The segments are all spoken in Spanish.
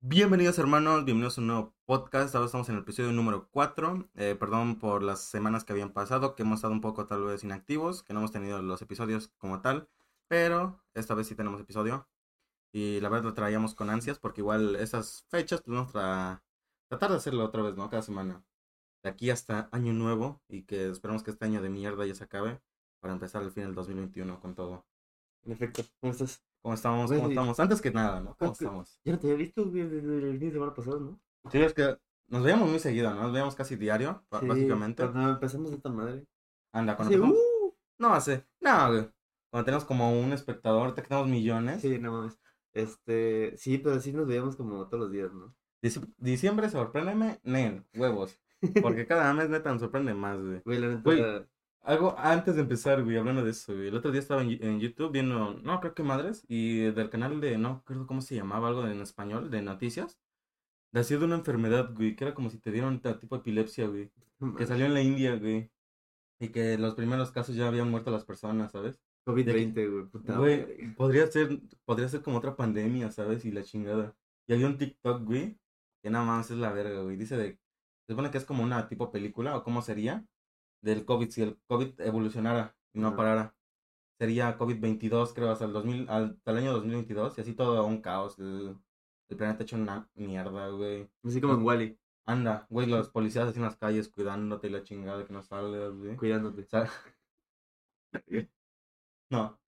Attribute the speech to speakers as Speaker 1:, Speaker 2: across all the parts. Speaker 1: Bienvenidos hermanos, bienvenidos a un nuevo podcast. Ahora estamos en el episodio número 4. Eh, perdón por las semanas que habían pasado, que hemos estado un poco tal vez inactivos, que no hemos tenido los episodios como tal, pero esta vez sí tenemos episodio. Y la verdad lo traíamos con ansias porque igual esas fechas tuvimos tra tratar de hacerlo otra vez, ¿no? Cada semana. De aquí hasta año nuevo y que esperamos que este año de mierda ya se acabe para empezar el fin del 2021 con todo.
Speaker 2: Perfecto, ¿cómo estás?
Speaker 1: ¿Cómo estamos? ¿Cómo
Speaker 2: Güey.
Speaker 1: estamos? Antes que nada, ¿no? ¿Cómo
Speaker 2: Ok.
Speaker 1: estamos?
Speaker 2: Ya no te había visto güey, desde el fin de semana pasado, ¿no?
Speaker 1: Sí, es que nos veíamos muy seguido, ¿no? Nos veíamos casi diario, ba-
Speaker 2: Sí,
Speaker 1: básicamente.
Speaker 2: Cuando empezamos esta madre.
Speaker 1: Anda, cuando
Speaker 2: Sí,
Speaker 1: empezamos-
Speaker 2: uh,
Speaker 1: No, hace. No, güey. Cuando tenemos como un espectador, ahorita que tenemos millones.
Speaker 2: sí, no mames. Este, sí, pero sí nos veíamos como todos los días, ¿no?
Speaker 1: Dici- Diciembre, sorpréndeme, Nel, huevos. Porque cada mes neta nos sorprende más, güey.
Speaker 2: Güey, la neta,
Speaker 1: Güey. Algo antes de empezar, güey, hablando de eso, güey. El otro día estaba en, en YouTube viendo, no, creo que madres, y del canal de, no, creo cómo se llamaba, algo en español, de noticias. De así de una enfermedad, güey, que era como si te dieran ta- tipo epilepsia, güey.
Speaker 2: no mames,
Speaker 1: Que salió en la India, güey. Y que los primeros casos ya habían muerto las personas, ¿sabes?
Speaker 2: COVID-20, güey, puta madre.
Speaker 1: Güey, podría ser, podría ser como otra pandemia, ¿sabes? Y la chingada. Y había un TikTok, güey, que nada más es la verga, güey. Dice de, se supone que es como una tipo película, o cómo sería, del COVID, si el COVID evolucionara y no
Speaker 2: Ajá.
Speaker 1: parara. Sería COVID-22, creo, hasta el 2000, hasta el año 2022, y así todo un caos. El, el planeta hecho una mierda, güey.
Speaker 2: Así como en Wally,
Speaker 1: Anda, güey, los policías así en las calles cuidándote y la chingada que no salgas, güey.
Speaker 2: cuidándote.
Speaker 1: Sa- No.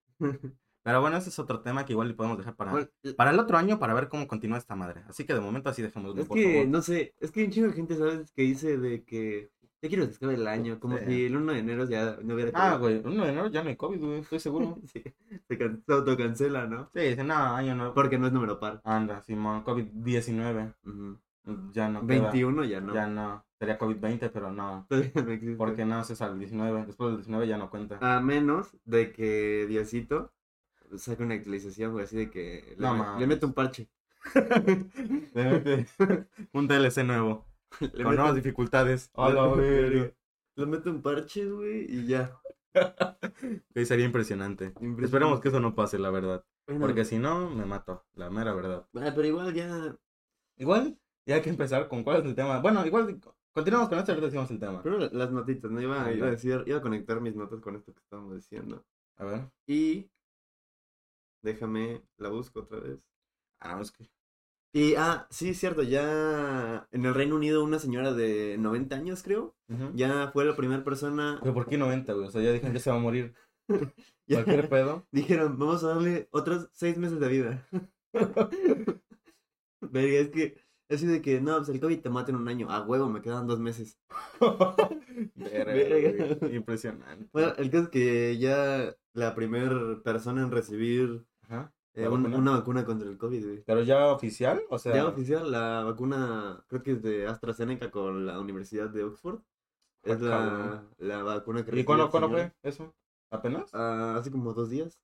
Speaker 1: Pero bueno, ese es otro tema que igual le podemos dejar para,
Speaker 2: Bueno,
Speaker 1: para el otro año para ver cómo continúa esta madre. Así que de momento así dejémoslo,
Speaker 2: Es
Speaker 1: por
Speaker 2: que,
Speaker 1: favor.
Speaker 2: no sé, es que hay un chingo de gente, ¿sabes? Que dice de que ya quiero que se acabe el año, como
Speaker 1: Sí.
Speaker 2: si el 1 de enero ya no hubiera
Speaker 1: Ah,
Speaker 2: COVID.
Speaker 1: güey, 1 de enero ya no hay COVID, güey, estoy seguro.
Speaker 2: Sí, se can- se autocancela, ¿no?
Speaker 1: Sí, dice, no, año nuevo.
Speaker 2: Porque no es número par.
Speaker 1: Anda, Simón, COVID-19.
Speaker 2: Ujú.
Speaker 1: Ya no queda.
Speaker 2: 21 ya no.
Speaker 1: Ya no. Sería COVID-20, pero no.
Speaker 2: Todavía no existe.
Speaker 1: Porque no se sale el 19. Después del 19 ya no cuenta.
Speaker 2: A menos de que Diosito saque una actualización, güey, así de que le,
Speaker 1: No
Speaker 2: me-
Speaker 1: mames.
Speaker 2: le mete un parche.
Speaker 1: De repente, Un DLC nuevo.
Speaker 2: Le
Speaker 1: con
Speaker 2: mete,
Speaker 1: nuevas dificultades. A la verga.
Speaker 2: le mete un parche, güey, y ya.
Speaker 1: Que sería impresionante.
Speaker 2: Impresionante.
Speaker 1: Esperemos que eso no pase, la verdad.
Speaker 2: Bueno,
Speaker 1: Porque si no, me mato. La mera verdad.
Speaker 2: ah, pero igual ya.
Speaker 1: Igual, ya hay que empezar con cuál es el tema. Bueno, igual continuamos con esto y ahorita decimos el tema.
Speaker 2: Pero las notitas, ¿no? Iba,
Speaker 1: Ah, ya.
Speaker 2: iba a decir, iba a conectar mis notas con esto que estábamos diciendo.
Speaker 1: A ver.
Speaker 2: Y. Déjame, la busco otra vez.
Speaker 1: Ah, es que.
Speaker 2: Y, ah, sí, cierto, ya en el Reino Unido una señora de 90 años, creo,
Speaker 1: Ujú.
Speaker 2: ya fue la primera persona.
Speaker 1: Pero ¿por qué 90, güey? O sea, ya dijeron que se va a morir
Speaker 2: ya-
Speaker 1: cualquier pedo.
Speaker 2: Dijeron, vamos a darle otros seis meses de vida. Verga, es que, así de que, no, pues el COVID te mata en un año. A huevo, me quedan dos meses.
Speaker 1: Verga,
Speaker 2: Verga.
Speaker 1: güey. Impresionante.
Speaker 2: Bueno, el caso es que ya la primera persona en recibir
Speaker 1: Ajá.
Speaker 2: eh,
Speaker 1: ¿La
Speaker 2: un-
Speaker 1: vacuna?
Speaker 2: una vacuna contra el COVID, güey.
Speaker 1: Pero ya oficial, o sea.
Speaker 2: Ya oficial, la vacuna, creo que es de AstraZeneca con la Universidad de Oxford. Es la,
Speaker 1: Ah, cabrón.
Speaker 2: la vacuna que
Speaker 1: ¿Y
Speaker 2: recibió
Speaker 1: cuándo,
Speaker 2: el
Speaker 1: cuándo
Speaker 2: señor.
Speaker 1: fue eso? ¿Apenas?
Speaker 2: Ah, hace como dos días.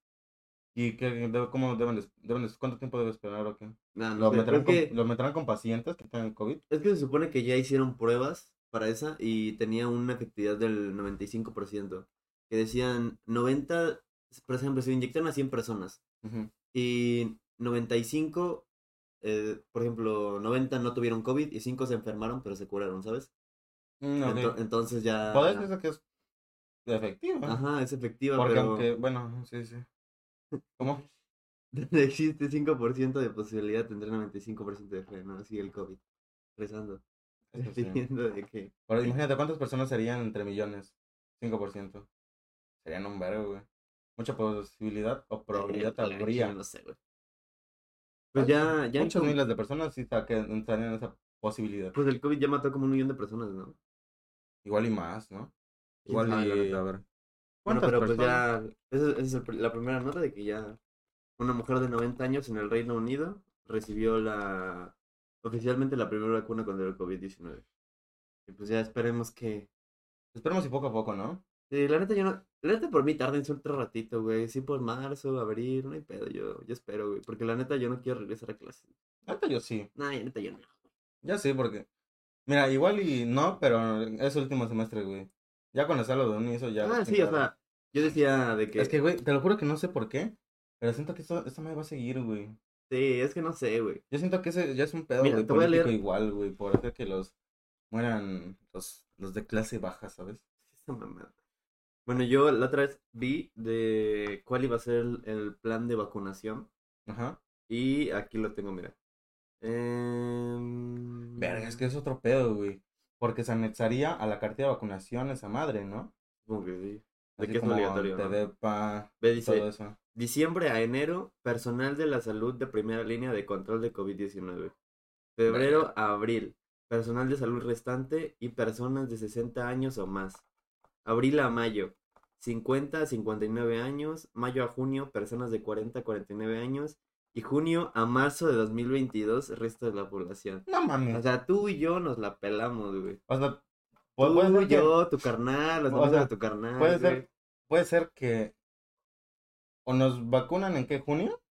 Speaker 1: ¿Y qué, de- cómo deben, de- deben de- cuánto tiempo debe esperar o qué?
Speaker 2: Nah, no
Speaker 1: ¿Lo
Speaker 2: sé,
Speaker 1: meterán,
Speaker 2: es
Speaker 1: con,
Speaker 2: que-
Speaker 1: ¿Lo meterán con pacientes que tengan COVID?
Speaker 2: Es que se supone que ya hicieron pruebas para esa y tenía una efectividad del 95%. Que decían 90, por ejemplo, se inyectan a 100 personas
Speaker 1: Ujú.
Speaker 2: y 95, eh, por ejemplo, 90 no tuvieron COVID y 5 se enfermaron pero se curaron, ¿sabes?
Speaker 1: Mm, ok.
Speaker 2: Ento- entonces ya...
Speaker 1: Podés decir que es efectivo.
Speaker 2: Ajá, es efectiva,
Speaker 1: Porque
Speaker 2: pero
Speaker 1: aunque, bueno, sí, sí. ¿Cómo?
Speaker 2: existe 5% de posibilidad, tendré 95% de fe, ¿no? Así el COVID. Rezando,
Speaker 1: Eso sí.
Speaker 2: dependiendo de que...
Speaker 1: Pero imagínate cuántas personas serían entre millones. 5%. Serían un verbo, güey. Mucha posibilidad o probabilidad
Speaker 2: Eh,
Speaker 1: habría.
Speaker 2: yo No sé, güey. Pues ya, ya
Speaker 1: Muchas
Speaker 2: como-
Speaker 1: miles de personas sí está- que estarían en esa posibilidad.
Speaker 2: pues el COVID ya mató como un millón de personas, ¿no?
Speaker 1: Igual y más, ¿no?
Speaker 2: ¿Quién
Speaker 1: Igual
Speaker 2: sabe, la
Speaker 1: y.
Speaker 2: neta?
Speaker 1: A ver.
Speaker 2: Bueno,
Speaker 1: ¿Cuántas
Speaker 2: pero pues
Speaker 1: personas?
Speaker 2: ya, esa esa es el pr- la primera nota de que ya una mujer de 90 años en el Reino Unido recibió la oficialmente la primera vacuna contra el COVID-19. Y pues ya esperemos que...
Speaker 1: Esperemos y poco a poco, ¿no?
Speaker 2: Sí, la neta yo no... La neta por mí tarden otro ratito, güey. Sí, por marzo, abril, no hay pedo, yo, yo espero, güey. Porque la neta yo no quiero regresar a clases.
Speaker 1: Ahorita yo sí.
Speaker 2: No, la neta yo no.
Speaker 1: Ya sí, porque. Mira, igual y no, pero es último semestre, güey. Ya cuando sea lo de un eso ya.
Speaker 2: ah, sí, o sea, yo decía de que...
Speaker 1: Es que, güey, te lo juro que no sé por qué, pero siento que esto, esta madre va a seguir, güey.
Speaker 2: Sí, es que no sé, güey.
Speaker 1: Yo siento que ese ya es un pedo,
Speaker 2: Mira,
Speaker 1: güey,
Speaker 2: te voy a
Speaker 1: político
Speaker 2: leer-
Speaker 1: igual, güey, por hacer que los mueran los, los de clase baja, ¿sabes?
Speaker 2: Esa mamada. Bueno, yo la otra vez vi de cuál iba a ser el- el plan de vacunación
Speaker 1: Ajá.
Speaker 2: y aquí lo tengo, mira. Em,
Speaker 1: Verga, es que es otro pedo, güey. Porque se anexaría a la cartilla de vacunación esa madre, ¿no?
Speaker 2: Supongo que sí. De
Speaker 1: Así
Speaker 2: que es
Speaker 1: como
Speaker 2: obligatorio, ¿no?
Speaker 1: TDEPA,
Speaker 2: Ve,
Speaker 1: todo
Speaker 2: dice,
Speaker 1: eso.
Speaker 2: diciembre a enero, personal de la salud de primera línea de control de COVID-19. Febrero a abril, personal de salud restante y personas de 60 años o más. Abril a mayo, 50 a 59 años. Mayo a junio, personas de 40 a 49 años. Y junio a marzo de 2022, resto de la población.
Speaker 1: No mames.
Speaker 2: O sea, tú y yo nos la pelamos, güey.
Speaker 1: O sea,
Speaker 2: Tú,
Speaker 1: pu- puede ser que-
Speaker 2: yo, tu carnal, los
Speaker 1: O
Speaker 2: demás
Speaker 1: sea,
Speaker 2: de tu carnal.
Speaker 1: puede ser-
Speaker 2: güey.
Speaker 1: puede ser que o nos vacunan en qué junio,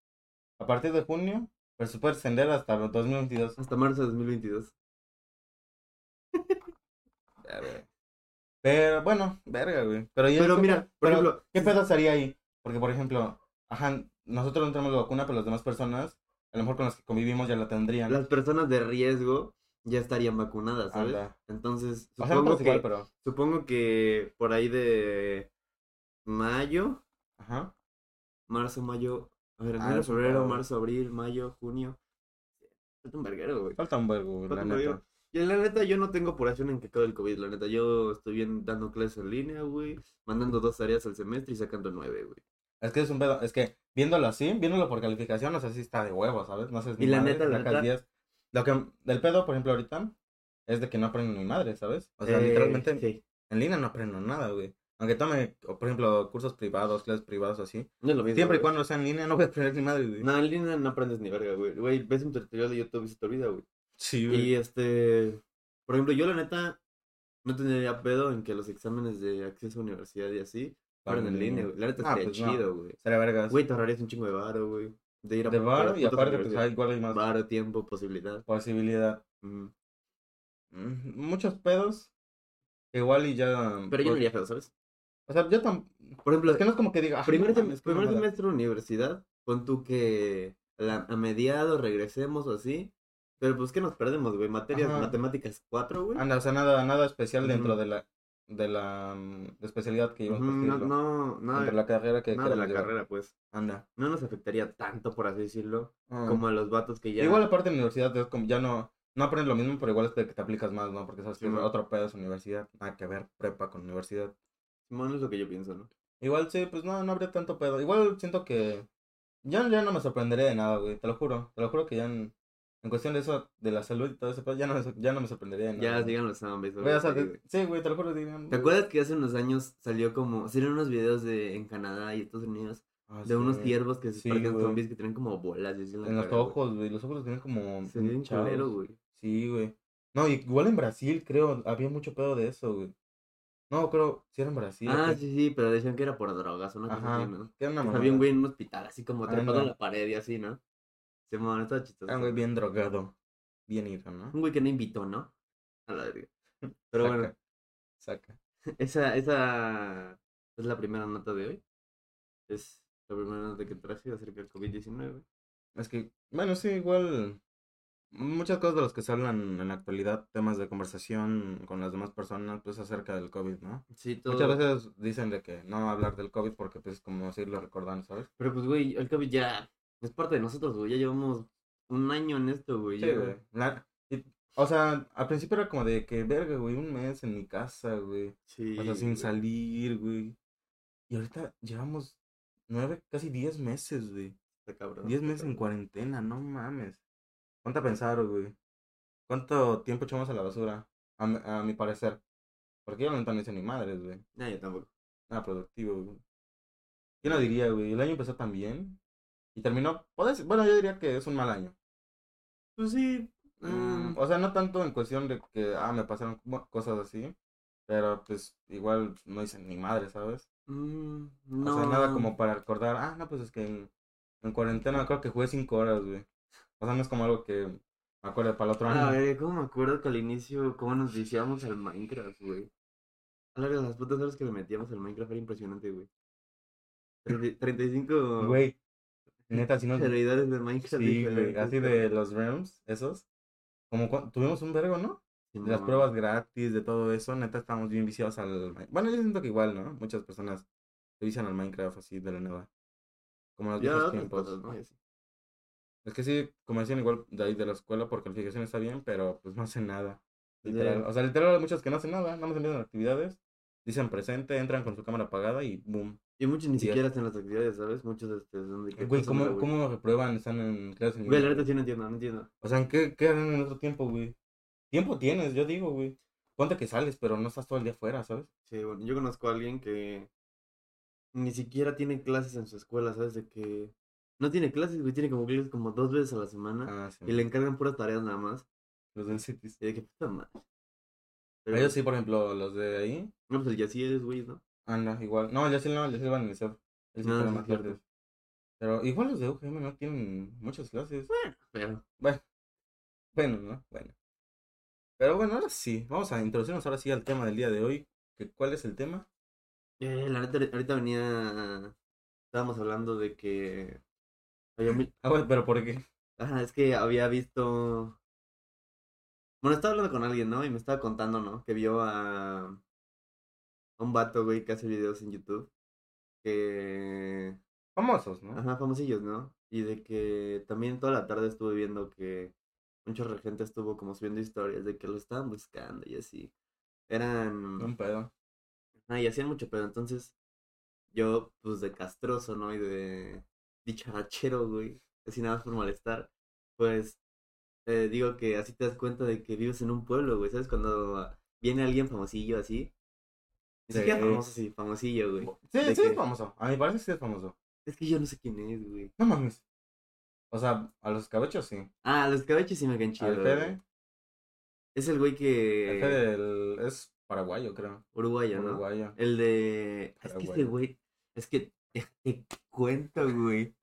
Speaker 1: a partir de junio, pero se puede extender hasta los 2022.
Speaker 2: Hasta marzo de 2022.
Speaker 1: Pero bueno, verga, güey. Pero, yo
Speaker 2: Pero
Speaker 1: creo
Speaker 2: mira,
Speaker 1: que-
Speaker 2: por
Speaker 1: pero,
Speaker 2: ejemplo,
Speaker 1: ¿qué pedo sería ahí? Porque, por ejemplo, ajá, nosotros no tenemos la vacuna, pero las demás personas, a lo mejor con las que convivimos ya la tendrían.
Speaker 2: las personas de riesgo ya estarían vacunadas, ¿sabes?
Speaker 1: Anda.
Speaker 2: Entonces,
Speaker 1: O sea, no
Speaker 2: supongo,
Speaker 1: todos igual,
Speaker 2: que,
Speaker 1: pero.
Speaker 2: supongo que por ahí de mayo,
Speaker 1: Ajá.
Speaker 2: marzo, mayo, a ver,
Speaker 1: Ah,
Speaker 2: enero,
Speaker 1: es un
Speaker 2: febrero,
Speaker 1: pedo.
Speaker 2: marzo, abril, mayo, junio. Es un verguero, güey.
Speaker 1: Falta un vergo, güey, la
Speaker 2: Falta un vergo.
Speaker 1: neta.
Speaker 2: Y la neta, yo no tengo apuración en que acabe el COVID. La neta, yo estoy bien dando clases en línea, güey. Mandando dos tareas al semestre y sacando nueve, güey.
Speaker 1: Es que es un pedo. Es que viéndolo así, viéndolo por calificación, o sea, sí está de huevo, ¿sabes? No sé
Speaker 2: Y la neta, la neta-
Speaker 1: Lo que, del pedo, por ejemplo, ahorita, es de que no aprendo ni madre, ¿sabes? O sea,
Speaker 2: Eh,
Speaker 1: literalmente
Speaker 2: sí.
Speaker 1: en línea no aprendo nada, güey. Aunque tome, o, por ejemplo, cursos privados, clases privadas o así.
Speaker 2: No es lo mismo,
Speaker 1: Siempre y
Speaker 2: güey.
Speaker 1: cuando sea en línea no voy a aprender ni madre, güey.
Speaker 2: No, en línea no aprendes ni verga, güey. Güey, ves un tutorial de YouTube y se te olvida, güey.
Speaker 1: Sí,
Speaker 2: Y este, por ejemplo, yo la neta no tendría pedo en que los exámenes de acceso a universidad y así fueran en línea, güey. La neta
Speaker 1: Ah,
Speaker 2: estaría
Speaker 1: pues no.
Speaker 2: chido, güey.
Speaker 1: Sería vergas.
Speaker 2: Güey, te ahorrarías un chingo de varo, güey. De ir a
Speaker 1: de
Speaker 2: a
Speaker 1: bar
Speaker 2: las
Speaker 1: y
Speaker 2: putas
Speaker 1: aparte, pues
Speaker 2: universidades.
Speaker 1: hay- igual hay más
Speaker 2: Varo, tiempo, posibilidad.
Speaker 1: posibilidad.
Speaker 2: Mm.
Speaker 1: Mm, Muchos pedos. que Igual y ya.
Speaker 2: Pero yo no
Speaker 1: pues,
Speaker 2: iría pedo, ¿sabes?
Speaker 1: O sea, yo tampoco.
Speaker 2: Por ejemplo,
Speaker 1: Es que no es como que diga. "Ah,
Speaker 2: primer,
Speaker 1: no
Speaker 2: sem-
Speaker 1: mames, qué
Speaker 2: primer
Speaker 1: mamada".
Speaker 2: semestre de universidad, pon tú que a, la- a mediados regresemos o así. Pero pues, ¿qué nos perdemos, güey? Materias,
Speaker 1: Ajá. Ah,
Speaker 2: matemáticas 4, güey.
Speaker 1: Anda, o sea, nada, nada especial dentro
Speaker 2: Ujú.
Speaker 1: de la de la mm, especialidad que
Speaker 2: Ujú,
Speaker 1: llevan
Speaker 2: No, no, nada,
Speaker 1: la carrera que
Speaker 2: nada de la
Speaker 1: queramos llevar.
Speaker 2: carrera, pues.
Speaker 1: Anda.
Speaker 2: no nos afectaría tanto, por así decirlo,
Speaker 1: Ah.
Speaker 2: como a los vatos que ya...
Speaker 1: Igual aparte de universidad es como ya no no aprendes lo mismo, pero igual es de que te aplicas más, ¿no? Porque sabes que
Speaker 2: Sí, man.
Speaker 1: otro pedo es universidad, nada que ver prepa con universidad.
Speaker 2: Simón es lo que yo pienso, ¿no?
Speaker 1: Igual sí, pues no no habría tanto pedo. Igual siento que ya, ya no me sorprendería de nada, güey, te lo juro. Te lo juro que ya en, en cuestión de eso de la salud y todo ese pedo ya no me, ya no me sorprendería de nada.
Speaker 2: Ya
Speaker 1: güey.
Speaker 2: sigan los zombies.
Speaker 1: Güey, o sea,
Speaker 2: güey.
Speaker 1: sí, güey, te lo juro dirían,
Speaker 2: ¿Te acuerdas que hace unos años salió como... Salieron unos videos de en Canadá y Estados Unidos
Speaker 1: Ah,
Speaker 2: de unos
Speaker 1: sí.
Speaker 2: ciervos que se
Speaker 1: Sí,
Speaker 2: parecen
Speaker 1: güey.
Speaker 2: zombies que tienen como bolas y así en la
Speaker 1: En los
Speaker 2: cara, güey.
Speaker 1: ojos, güey. Los ojos los tienen como
Speaker 2: Se ven
Speaker 1: hinchados.
Speaker 2: culero, güey.
Speaker 1: Sí, güey. No, y igual en Brasil, creo, había mucho pedo de eso, güey. No, creo, si era en Brasil. ¿o
Speaker 2: Ah,
Speaker 1: qué?
Speaker 2: sí, sí, pero decían que era por drogas, una cosa
Speaker 1: Ajá.
Speaker 2: así, ¿no?
Speaker 1: Que era una
Speaker 2: Que
Speaker 1: mamada. Ah,
Speaker 2: Había un güey en un hospital, así como
Speaker 1: Anda.
Speaker 2: trepado en la pared y así, ¿no? Se me estaba chistoso.
Speaker 1: Era un Ah, güey bien drogado. Bien ido, ¿no?
Speaker 2: Un güey que no invitó, ¿no? A la verga. Pero
Speaker 1: Saca,
Speaker 2: bueno,
Speaker 1: Saca.
Speaker 2: Esa, esa es la primera nota de hoy. Es la primera nota que traje acerca del COVID-19.
Speaker 1: Es que, bueno, sí, igual. Muchas cosas de las que se hablan en la actualidad, temas de conversación con las demás personas, pues acerca del COVID, ¿no?
Speaker 2: Sí, todo.
Speaker 1: Muchas veces dicen de que no hablar del COVID porque, pues, como decirlo recordando, ¿sabes?
Speaker 2: Pero pues, güey, el COVID ya es parte de nosotros, güey. Ya llevamos un año en esto, güey.
Speaker 1: Sí,
Speaker 2: ya.
Speaker 1: güey. La- y- o sea, al principio era como de que, verga, güey, un mes en mi casa, güey.
Speaker 2: Sí.
Speaker 1: O sea, sin
Speaker 2: güey.
Speaker 1: salir, güey. Y ahorita llevamos nueve, casi diez meses, güey.
Speaker 2: Está cabrón.
Speaker 1: Diez
Speaker 2: está
Speaker 1: meses en
Speaker 2: cabrón.
Speaker 1: cuarentena, no mames. ¿Cuánto a pensar, güey? ¿Cuánto tiempo echamos a la basura? A, mi- a mi parecer. Porque yo no no hice ni madres, güey.
Speaker 2: No, yo tampoco.
Speaker 1: Nada productivo, güey. Yo no diría, güey. El año empezó tan bien. Y terminó. puedes- Bueno, yo diría que es un mal año.
Speaker 2: Pues sí.
Speaker 1: Mm,
Speaker 2: mm,
Speaker 1: o sea, no tanto en cuestión de que, ah, me pasaron co- cosas así, pero pues igual no dicen ni madre, ¿sabes?
Speaker 2: mm,
Speaker 1: O
Speaker 2: no.
Speaker 1: sea, nada como para recordar, ah, eh, no, pues es que en, en cuarentena creo que jugué cinco horas, güey. O sea, no es como algo que Me acuerdo para el otro
Speaker 2: A
Speaker 1: año.
Speaker 2: ver, ¿cómo me acuerdo que al inicio, cómo nos viciamos al Minecraft, güey? A la verga, las putas horas que le metíamos al Minecraft era impresionante, güey. Treinta- 35
Speaker 1: Güey, neta, si no.
Speaker 2: servidores de Minecraft.
Speaker 1: Sí,
Speaker 2: diferentes,
Speaker 1: güey, así de los realms, esos. Como cu- tuvimos un vergo, ¿no?
Speaker 2: Simón.
Speaker 1: De las pruebas gratis, de todo eso, neta, estábamos bien viciados al. Min- Bueno, yo siento que igual, ¿no? Muchas personas se vician al Minecraft así de la nada. Como en los
Speaker 2: Ya,
Speaker 1: viejos
Speaker 2: otras
Speaker 1: tiempos.
Speaker 2: cosas, ¿no? Y así.
Speaker 1: Es que sí, como decían, igual de ahí de la escuela por calificación está bien, pero pues no hacen nada. Literal.
Speaker 2: Ya.
Speaker 1: O sea, literal, hay muchos que no hacen nada, nada más empiezan actividades, dicen presente, entran con su cámara apagada y boom.
Speaker 2: Y muchos ni
Speaker 1: Ya.
Speaker 2: siquiera hacen las actividades, ¿sabes? Muchos este, son de que.
Speaker 1: Güey,
Speaker 2: pásamela,
Speaker 1: ¿cómo, ¿cómo reprueban? Están en clases en
Speaker 2: Güey, la
Speaker 1: línea,
Speaker 2: neta sí no entiendo, no entiendo.
Speaker 1: O sea, ¿en qué, qué harán en otro tiempo, güey? Tiempo tienes, yo digo, güey. Ponte que sales, pero no estás todo el día afuera, ¿sabes?
Speaker 2: Sí, bueno, yo conozco a alguien que ni siquiera tiene clases en su escuela, ¿sabes? De que no tiene clases, güey, tiene como clases como dos veces a la semana
Speaker 1: Ah, sí.
Speaker 2: y le encargan puras tareas nada más.
Speaker 1: Los del Cities.
Speaker 2: Y de que puta madre. Pero,
Speaker 1: Ellos Ah, sí, por ejemplo, los de ahí.
Speaker 2: No, pues el ya sí eres, güey, ¿no?
Speaker 1: Anda, igual. No, el Yacil no, el Yacil va en el CEP. Él sí
Speaker 2: No,
Speaker 1: fue
Speaker 2: sí,
Speaker 1: más
Speaker 2: es cierto.
Speaker 1: tarde. Pero igual los de UGM no tienen muchas clases.
Speaker 2: Pero.
Speaker 1: Bueno, ¿no? Bueno. Pero bueno, ahora sí. Vamos a introducirnos ahora sí al tema del día de hoy. Que, ¿Cuál es el tema?
Speaker 2: Eh, la neta, ahorita venía. Estábamos hablando de que. Había muy-
Speaker 1: Ah, bueno, pero ¿por qué?
Speaker 2: Ajá, es que había visto. Bueno, estaba hablando con alguien, ¿no? Y me estaba contando, ¿no? Que vio a. A un vato, güey, que hace videos en YouTube. Que.
Speaker 1: Famosos, ¿no?
Speaker 2: Ajá, famosillos, ¿no? Y de que también toda la tarde estuve viendo que mucha gente estuvo como subiendo historias de que lo estaban buscando y así. Eran.
Speaker 1: Un pedo.
Speaker 2: Ajá, y hacían mucho pedo. Entonces, yo, pues de castroso, ¿no? Y de dicharachero, güey. Así nada más por molestar. Pues, eh, digo que así te das cuenta de que vives en un pueblo, güey. ¿Sabes? Cuando ah, viene alguien famosillo así. Ni
Speaker 1: Sí.
Speaker 2: siquiera famoso, sí, famosillo, güey.
Speaker 1: Sí,
Speaker 2: ¿De
Speaker 1: sí
Speaker 2: qué?
Speaker 1: es famoso. A mi parece sí es famoso.
Speaker 2: Es que yo no sé quién es, güey.
Speaker 1: No mames. O sea, a los cabechos sí.
Speaker 2: Ah, los cabechos sí me caen
Speaker 1: Al
Speaker 2: chido. güey.
Speaker 1: Fede.
Speaker 2: Es el güey
Speaker 1: El
Speaker 2: que.
Speaker 1: Fede el- es paraguayo, creo.
Speaker 2: Uruguayo, ¿no?
Speaker 1: Uruguayo.
Speaker 2: El de. Es que
Speaker 1: Paraguay.
Speaker 2: este güey. Es que. Te cuento, güey.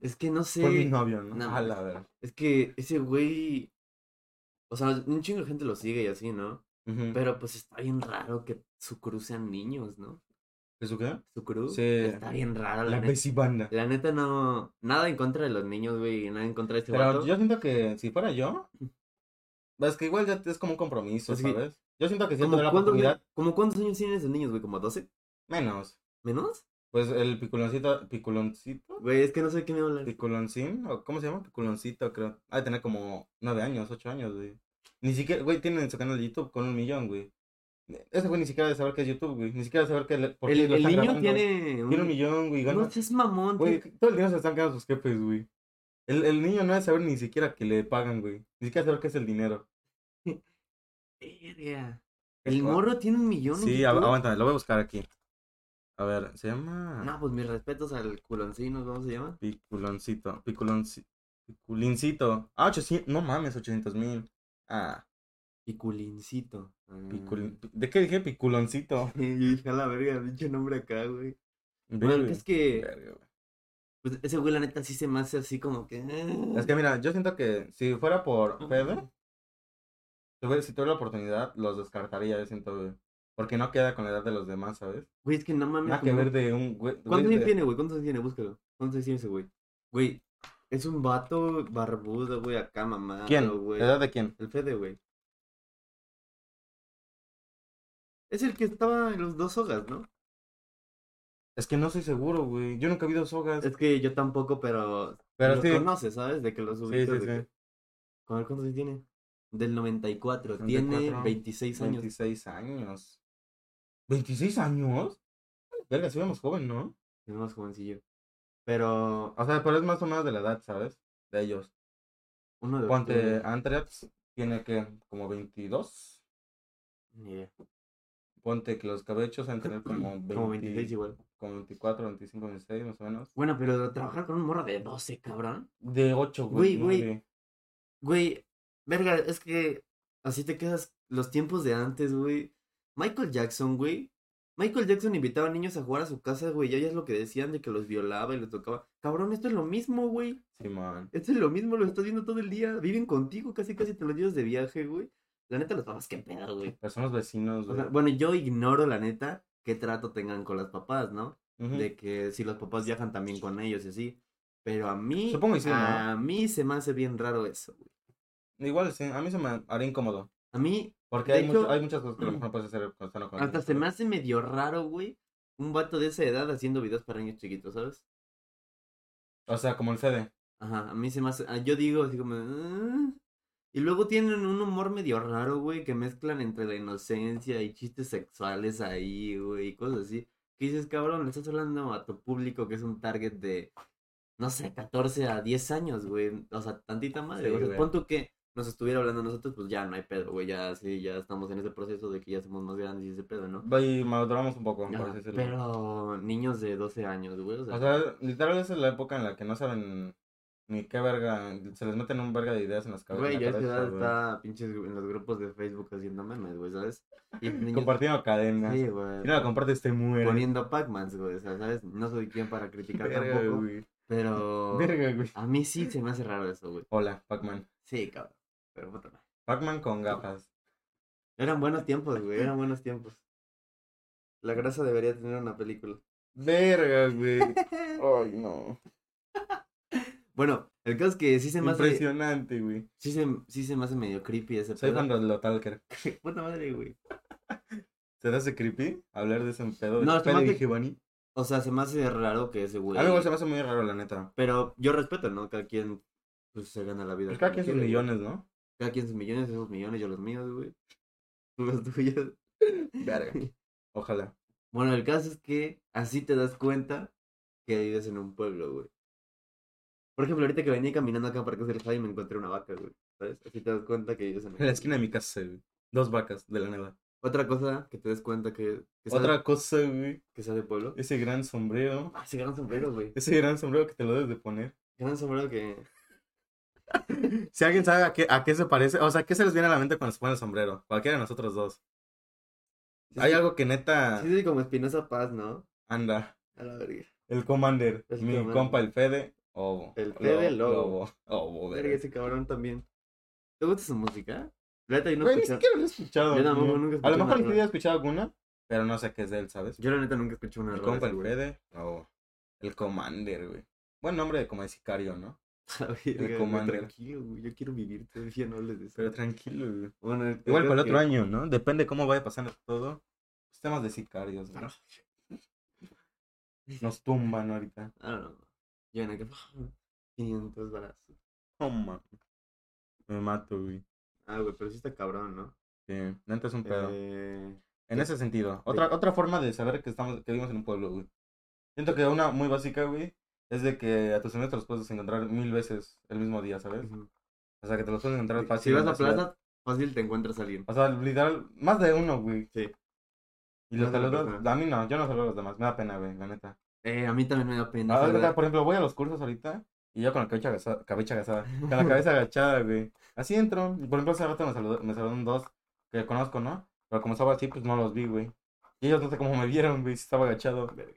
Speaker 2: Es que no sé.
Speaker 1: Fue mi novio, ¿no?
Speaker 2: No.
Speaker 1: A la ver.
Speaker 2: Es que ese güey. O sea, un chingo de gente lo sigue y así, ¿no?
Speaker 1: Ujú.
Speaker 2: Pero pues está bien raro que su cruz sean niños, ¿no?
Speaker 1: ¿De su qué?
Speaker 2: Su cruz
Speaker 1: Sí.
Speaker 2: está bien raro, la,
Speaker 1: La
Speaker 2: neta.
Speaker 1: besibanda.
Speaker 2: La neta no. Nada en contra de los niños, güey. Nada en contra de este
Speaker 1: Pero
Speaker 2: vato. Mm.
Speaker 1: yo siento que si fuera yo, es que igual ya es como un compromiso,
Speaker 2: Es que-
Speaker 1: ¿sabes? Yo siento que si
Speaker 2: ¿Cómo
Speaker 1: tuviera la
Speaker 2: cuántos, güey?
Speaker 1: oportunidad,
Speaker 2: ¿Cómo cuántos años tienen esos niños, güey? ¿Como 12?
Speaker 1: menos.
Speaker 2: ¿Menos?
Speaker 1: Pues el piculoncito, piculoncito,
Speaker 2: Güey, es que no sé de qué me hablas.
Speaker 1: piculoncín, o cómo se llama, piculoncito, creo. Ha de tener como nueve años, ocho años, güey. Ni siquiera, güey, tienen su canal de YouTube con un millón, güey. Ese güey ni siquiera debe saber que es YouTube, güey. Ni siquiera debe saber que le- por
Speaker 2: El,
Speaker 1: qué lo
Speaker 2: el
Speaker 1: están
Speaker 2: niño
Speaker 1: grabando.
Speaker 2: tiene.
Speaker 1: Tiene un millón, güey. Gana,
Speaker 2: No seas mamón,
Speaker 1: Güey,
Speaker 2: tío.
Speaker 1: todo el dinero se lo están quedando sus jefes, güey. El, el niño no debe saber ni siquiera que le pagan, güey. Ni siquiera saber qué es el dinero. Ah,
Speaker 2: Verga. El morro tiene un millón. en
Speaker 1: Sí,
Speaker 2: YouTube?
Speaker 1: agu- aguántame, lo voy a buscar aquí. A ver, se llama
Speaker 2: No, pues mis respetos al culoncino, ¿cómo se llama?
Speaker 1: Piculoncito. Piculonci... Piculincito. Ah, 800. No mames, 800 mil. Ah,
Speaker 2: Piculincito. Ah.
Speaker 1: picul... ¿de qué dije? Piculoncito.
Speaker 2: Sí, Yo dije a la verga, pinche nombre acá, güey. Bueno, el
Speaker 1: Verga,
Speaker 2: que es que
Speaker 1: verga, güey.
Speaker 2: pues, ese güey, la neta, sí se me hace así como que. "Ah,
Speaker 1: Es que mira, yo siento que si fuera por
Speaker 2: Ujú.
Speaker 1: Fede, si tuve- si tuviera la oportunidad, los descartaría, yo siento, güey. Porque no queda con la edad de los demás, ¿sabes?
Speaker 2: Güey, es que no mames.
Speaker 1: Nada que
Speaker 2: como-
Speaker 1: ver de un güey. güey
Speaker 2: ¿Cuántos años
Speaker 1: de-
Speaker 2: tiene, güey? ¿Cuántos años tiene? Búscalo. ¿Cuántos años tiene ese güey? Güey, es un vato barbudo, güey, acá, mamá.
Speaker 1: ¿Quién?
Speaker 2: Ah, Güey.
Speaker 1: ¿La edad de quién?
Speaker 2: El Fede, güey. Es el que estaba en los dos sogas, ¿no?
Speaker 1: Es que no soy seguro, güey. Yo nunca he visto sogas.
Speaker 2: Es que yo tampoco, pero.
Speaker 1: Pero
Speaker 2: los
Speaker 1: sí.
Speaker 2: conoces, ¿sabes? De que los
Speaker 1: Sí,
Speaker 2: ubicas.
Speaker 1: sí,
Speaker 2: de que-
Speaker 1: sí.
Speaker 2: A ver, ¿cuántos años tiene? Del 94. Tiene
Speaker 1: 94.
Speaker 2: 26 años.
Speaker 1: 26 años. ¿26 años? Verga, si vemos joven, ¿no?
Speaker 2: Es más jovencillo. Pero
Speaker 1: O sea, pero es más o menos de la edad, ¿sabes? De ellos.
Speaker 2: uno de
Speaker 1: Ponte
Speaker 2: ustedes,
Speaker 1: Antrax tiene que como 22.
Speaker 2: ni idea.
Speaker 1: Ponte que los cabechos han tener como, 20,
Speaker 2: Como 26 igual.
Speaker 1: como 24, 25, 26 más o menos.
Speaker 2: Bueno, pero trabajar con un morro de 12, cabrón.
Speaker 1: De 8, güey.
Speaker 2: Güey, güey.
Speaker 1: nueve.
Speaker 2: Güey, verga, es que así te quedas los tiempos de antes, güey. Michael Jackson, güey. Michael Jackson invitaba a niños a jugar a su casa, güey. Ya ya es lo que decían de que los violaba y les tocaba. Cabrón, esto es lo mismo, güey.
Speaker 1: Simón.
Speaker 2: Esto es lo mismo, lo estás viendo todo el día. Viven contigo, casi casi te los llevas de viaje, güey. La neta, los papás, qué pedo, güey.
Speaker 1: Pero son los vecinos,
Speaker 2: O
Speaker 1: güey.
Speaker 2: sea, bueno, yo ignoro, la neta, qué trato tengan con las papás, ¿no?
Speaker 1: Ujú.
Speaker 2: de que si los papás viajan también con ellos y así. Pero a mí,
Speaker 1: Supongo que sí, ¿no?
Speaker 2: a mí se me hace bien raro eso. güey.
Speaker 1: Igual, sí, a mí se me haría incómodo.
Speaker 2: A mí
Speaker 1: Porque
Speaker 2: De
Speaker 1: hay, mucho-
Speaker 2: hecho-
Speaker 1: hay muchas cosas que a lo mejor no puedes hacer cuando están con
Speaker 2: hasta se me hace medio raro, güey, un vato de esa edad haciendo videos para niños chiquitos, ¿sabes?
Speaker 1: O sea, como el Fede.
Speaker 2: Ajá, a mí se me hace, ah, yo digo así como, "Ah". y luego tienen un humor medio raro, güey, que mezclan entre la inocencia y chistes sexuales ahí, güey, y cosas así. Que dices, cabrón, le estás hablando a tu público que es un target de, no sé, 14 a 10 años, güey. O sea, tantita madre,
Speaker 1: Sí,
Speaker 2: güey. O sea,
Speaker 1: güey.
Speaker 2: pon tú que nos estuviera hablando a nosotros, pues ya no hay pedo, güey, ya sí, ya estamos en ese proceso de que ya somos más grandes y ese pedo, ¿no?
Speaker 1: Va Y maduramos un poco, por
Speaker 2: Ajá,
Speaker 1: así decirlo.
Speaker 2: pero niños de 12 años, güey, o sea,
Speaker 1: O sea, literal esa es la época en la que no saben ni qué verga, se les meten un verga de ideas en las cabezas.
Speaker 2: Güey,
Speaker 1: en
Speaker 2: ya
Speaker 1: la
Speaker 2: a esa
Speaker 1: cabeza,
Speaker 2: edad
Speaker 1: güey.
Speaker 2: está pinches en los grupos de Facebook haciendo memes, güey, ¿sabes? Y niños-
Speaker 1: Compartiendo cadenas.
Speaker 2: Sí, güey.
Speaker 1: Si no la comparte este muere.
Speaker 2: Poniendo Pac-Mans, güey, o sea, ¿sabes? No soy quien para criticar
Speaker 1: Verga,
Speaker 2: tampoco,
Speaker 1: güey.
Speaker 2: pero
Speaker 1: Verga, güey.
Speaker 2: a mí sí se me hace raro eso, güey.
Speaker 1: Hola, Pac-Man.
Speaker 2: Sí, cabrón, pero puta madre.
Speaker 1: Pac-Man con gafas.
Speaker 2: Eran buenos tiempos, güey, eran buenos tiempos. La grasa debería tener una película.
Speaker 1: Verga, güey. Ay, no.
Speaker 2: Bueno, el caso es que sí se me hace,
Speaker 1: Impresionante, güey.
Speaker 2: sí se, sí se me hace medio creepy ese
Speaker 1: Soy
Speaker 2: pedo.
Speaker 1: fan de lo talker.
Speaker 2: Puta madre, güey.
Speaker 1: ¿Se te hace creepy hablar de ese pedo?
Speaker 2: No,
Speaker 1: No,
Speaker 2: se me hace-
Speaker 1: Giovanni.
Speaker 2: O sea, se me hace raro que ese güey.
Speaker 1: A mí igual se me hace muy raro, la neta.
Speaker 2: Pero yo respeto, ¿no? Cada quien pues, se gana la vida.
Speaker 1: Pues cada
Speaker 2: como
Speaker 1: quien sus
Speaker 2: quiere, güey.
Speaker 1: millones, ¿no?
Speaker 2: Cada quien sus millones, esos millones, yo los míos, güey. Tú los tuyos.
Speaker 1: Verga. Ojalá.
Speaker 2: Bueno, el caso es que así te das cuenta que vives en un pueblo, güey. Por ejemplo, ahorita que venía caminando acá para que del Jai me encontré una vaca, güey. ¿Sabes? Así te das cuenta que vives en
Speaker 1: En
Speaker 2: un
Speaker 1: la
Speaker 2: pueblo.
Speaker 1: esquina de mi casa, güey. Dos vacas de la nada.
Speaker 2: Otra cosa que te des cuenta que, que, sea,
Speaker 1: Otra cosa, güey.
Speaker 2: que sea de pueblo.
Speaker 1: Ese gran sombrero.
Speaker 2: Ah, ese gran sombrero, güey.
Speaker 1: Ese gran sombrero que te lo debes de poner.
Speaker 2: Gran sombrero que.
Speaker 1: Si alguien sabe a qué, a qué se parece, o sea, ¿qué se les viene a la mente cuando se pone el sombrero? Cualquiera de nosotros dos.
Speaker 2: Sí,
Speaker 1: Hay
Speaker 2: sí,
Speaker 1: algo que neta
Speaker 2: Sí, sí, como Espinosa Paz, ¿no?
Speaker 1: anda.
Speaker 2: A la verga.
Speaker 1: El Commander,
Speaker 2: El
Speaker 1: mi
Speaker 2: Commander.
Speaker 1: compa, el Fede, Obo.
Speaker 2: El Fede, Lobo.
Speaker 1: Obo,
Speaker 2: Verga,
Speaker 1: verga.
Speaker 2: ese cabrón también. ¿Te gusta su música? La neta, yo no
Speaker 1: Güey, ni
Speaker 2: escuché-
Speaker 1: siquiera lo he escuchado.
Speaker 2: Yo tampoco,
Speaker 1: güey.
Speaker 2: nunca
Speaker 1: a lo
Speaker 2: escuché
Speaker 1: mejor
Speaker 2: una
Speaker 1: sí he escuchado alguna, pero no sé qué es de él, ¿sabes?
Speaker 2: Yo la neta nunca escuché una
Speaker 1: el
Speaker 2: rola
Speaker 1: compa,
Speaker 2: de
Speaker 1: el
Speaker 2: ese
Speaker 1: Fede, Obo. El Commander, güey. Buen nombre de como de sicario, ¿no?
Speaker 2: güey.
Speaker 1: el
Speaker 2: Verga, güey,
Speaker 1: Commander.
Speaker 2: Tranquilo, güey. Yo quiero vivir todavía, no hables de eso.
Speaker 1: Pero tranquilo, güey.
Speaker 2: Bueno,
Speaker 1: Igual
Speaker 2: el- creo
Speaker 1: para el otro
Speaker 2: que-
Speaker 1: año, ¿no? Depende cómo vaya pasando todo. Los temas de sicarios, güey. Nos tumban ahorita.
Speaker 2: I don't know. Ah, Yo en "Ah, aquel. 500 balazos.
Speaker 1: No mames. Me mato, güey.
Speaker 2: Ah, güey, pero sí está cabrón, ¿no?
Speaker 1: Sí, neta es un pedo.
Speaker 2: Eh,
Speaker 1: en
Speaker 2: sí.
Speaker 1: ese sentido. Otra, otra forma de saber que estamos, que vivimos en un pueblo, güey. Siento que una muy básica, güey, es de que a tus amigos te los puedes encontrar mil veces el mismo día, ¿sabes?
Speaker 2: ujú.
Speaker 1: O sea, que te los puedes encontrar Pues, fácil.
Speaker 2: si vas
Speaker 1: en
Speaker 2: a
Speaker 1: la ciudad.
Speaker 2: plaza, fácil te encuentras a alguien.
Speaker 1: O sea, literal, más de uno, güey.
Speaker 2: Sí.
Speaker 1: Y los
Speaker 2: Más de una
Speaker 1: saludos,
Speaker 2: persona.
Speaker 1: a mí no, yo no saludo a los demás, me da pena, güey, la neta.
Speaker 2: Eh, a mí también me da pena.
Speaker 1: Ah,
Speaker 2: esa
Speaker 1: ahorita,
Speaker 2: edad.
Speaker 1: por ejemplo, voy a los cursos ahorita y yo con la cabeza agachada, cabeza agachada, con la cabeza agachada, güey. Así entro. Y por ejemplo, hace rato me, saludó, me saludaron dos que conozco, ¿no? Pero como estaba así, pues no los vi, güey. Y ellos no sé cómo me vieron, güey, si estaba agachado.
Speaker 2: Verga.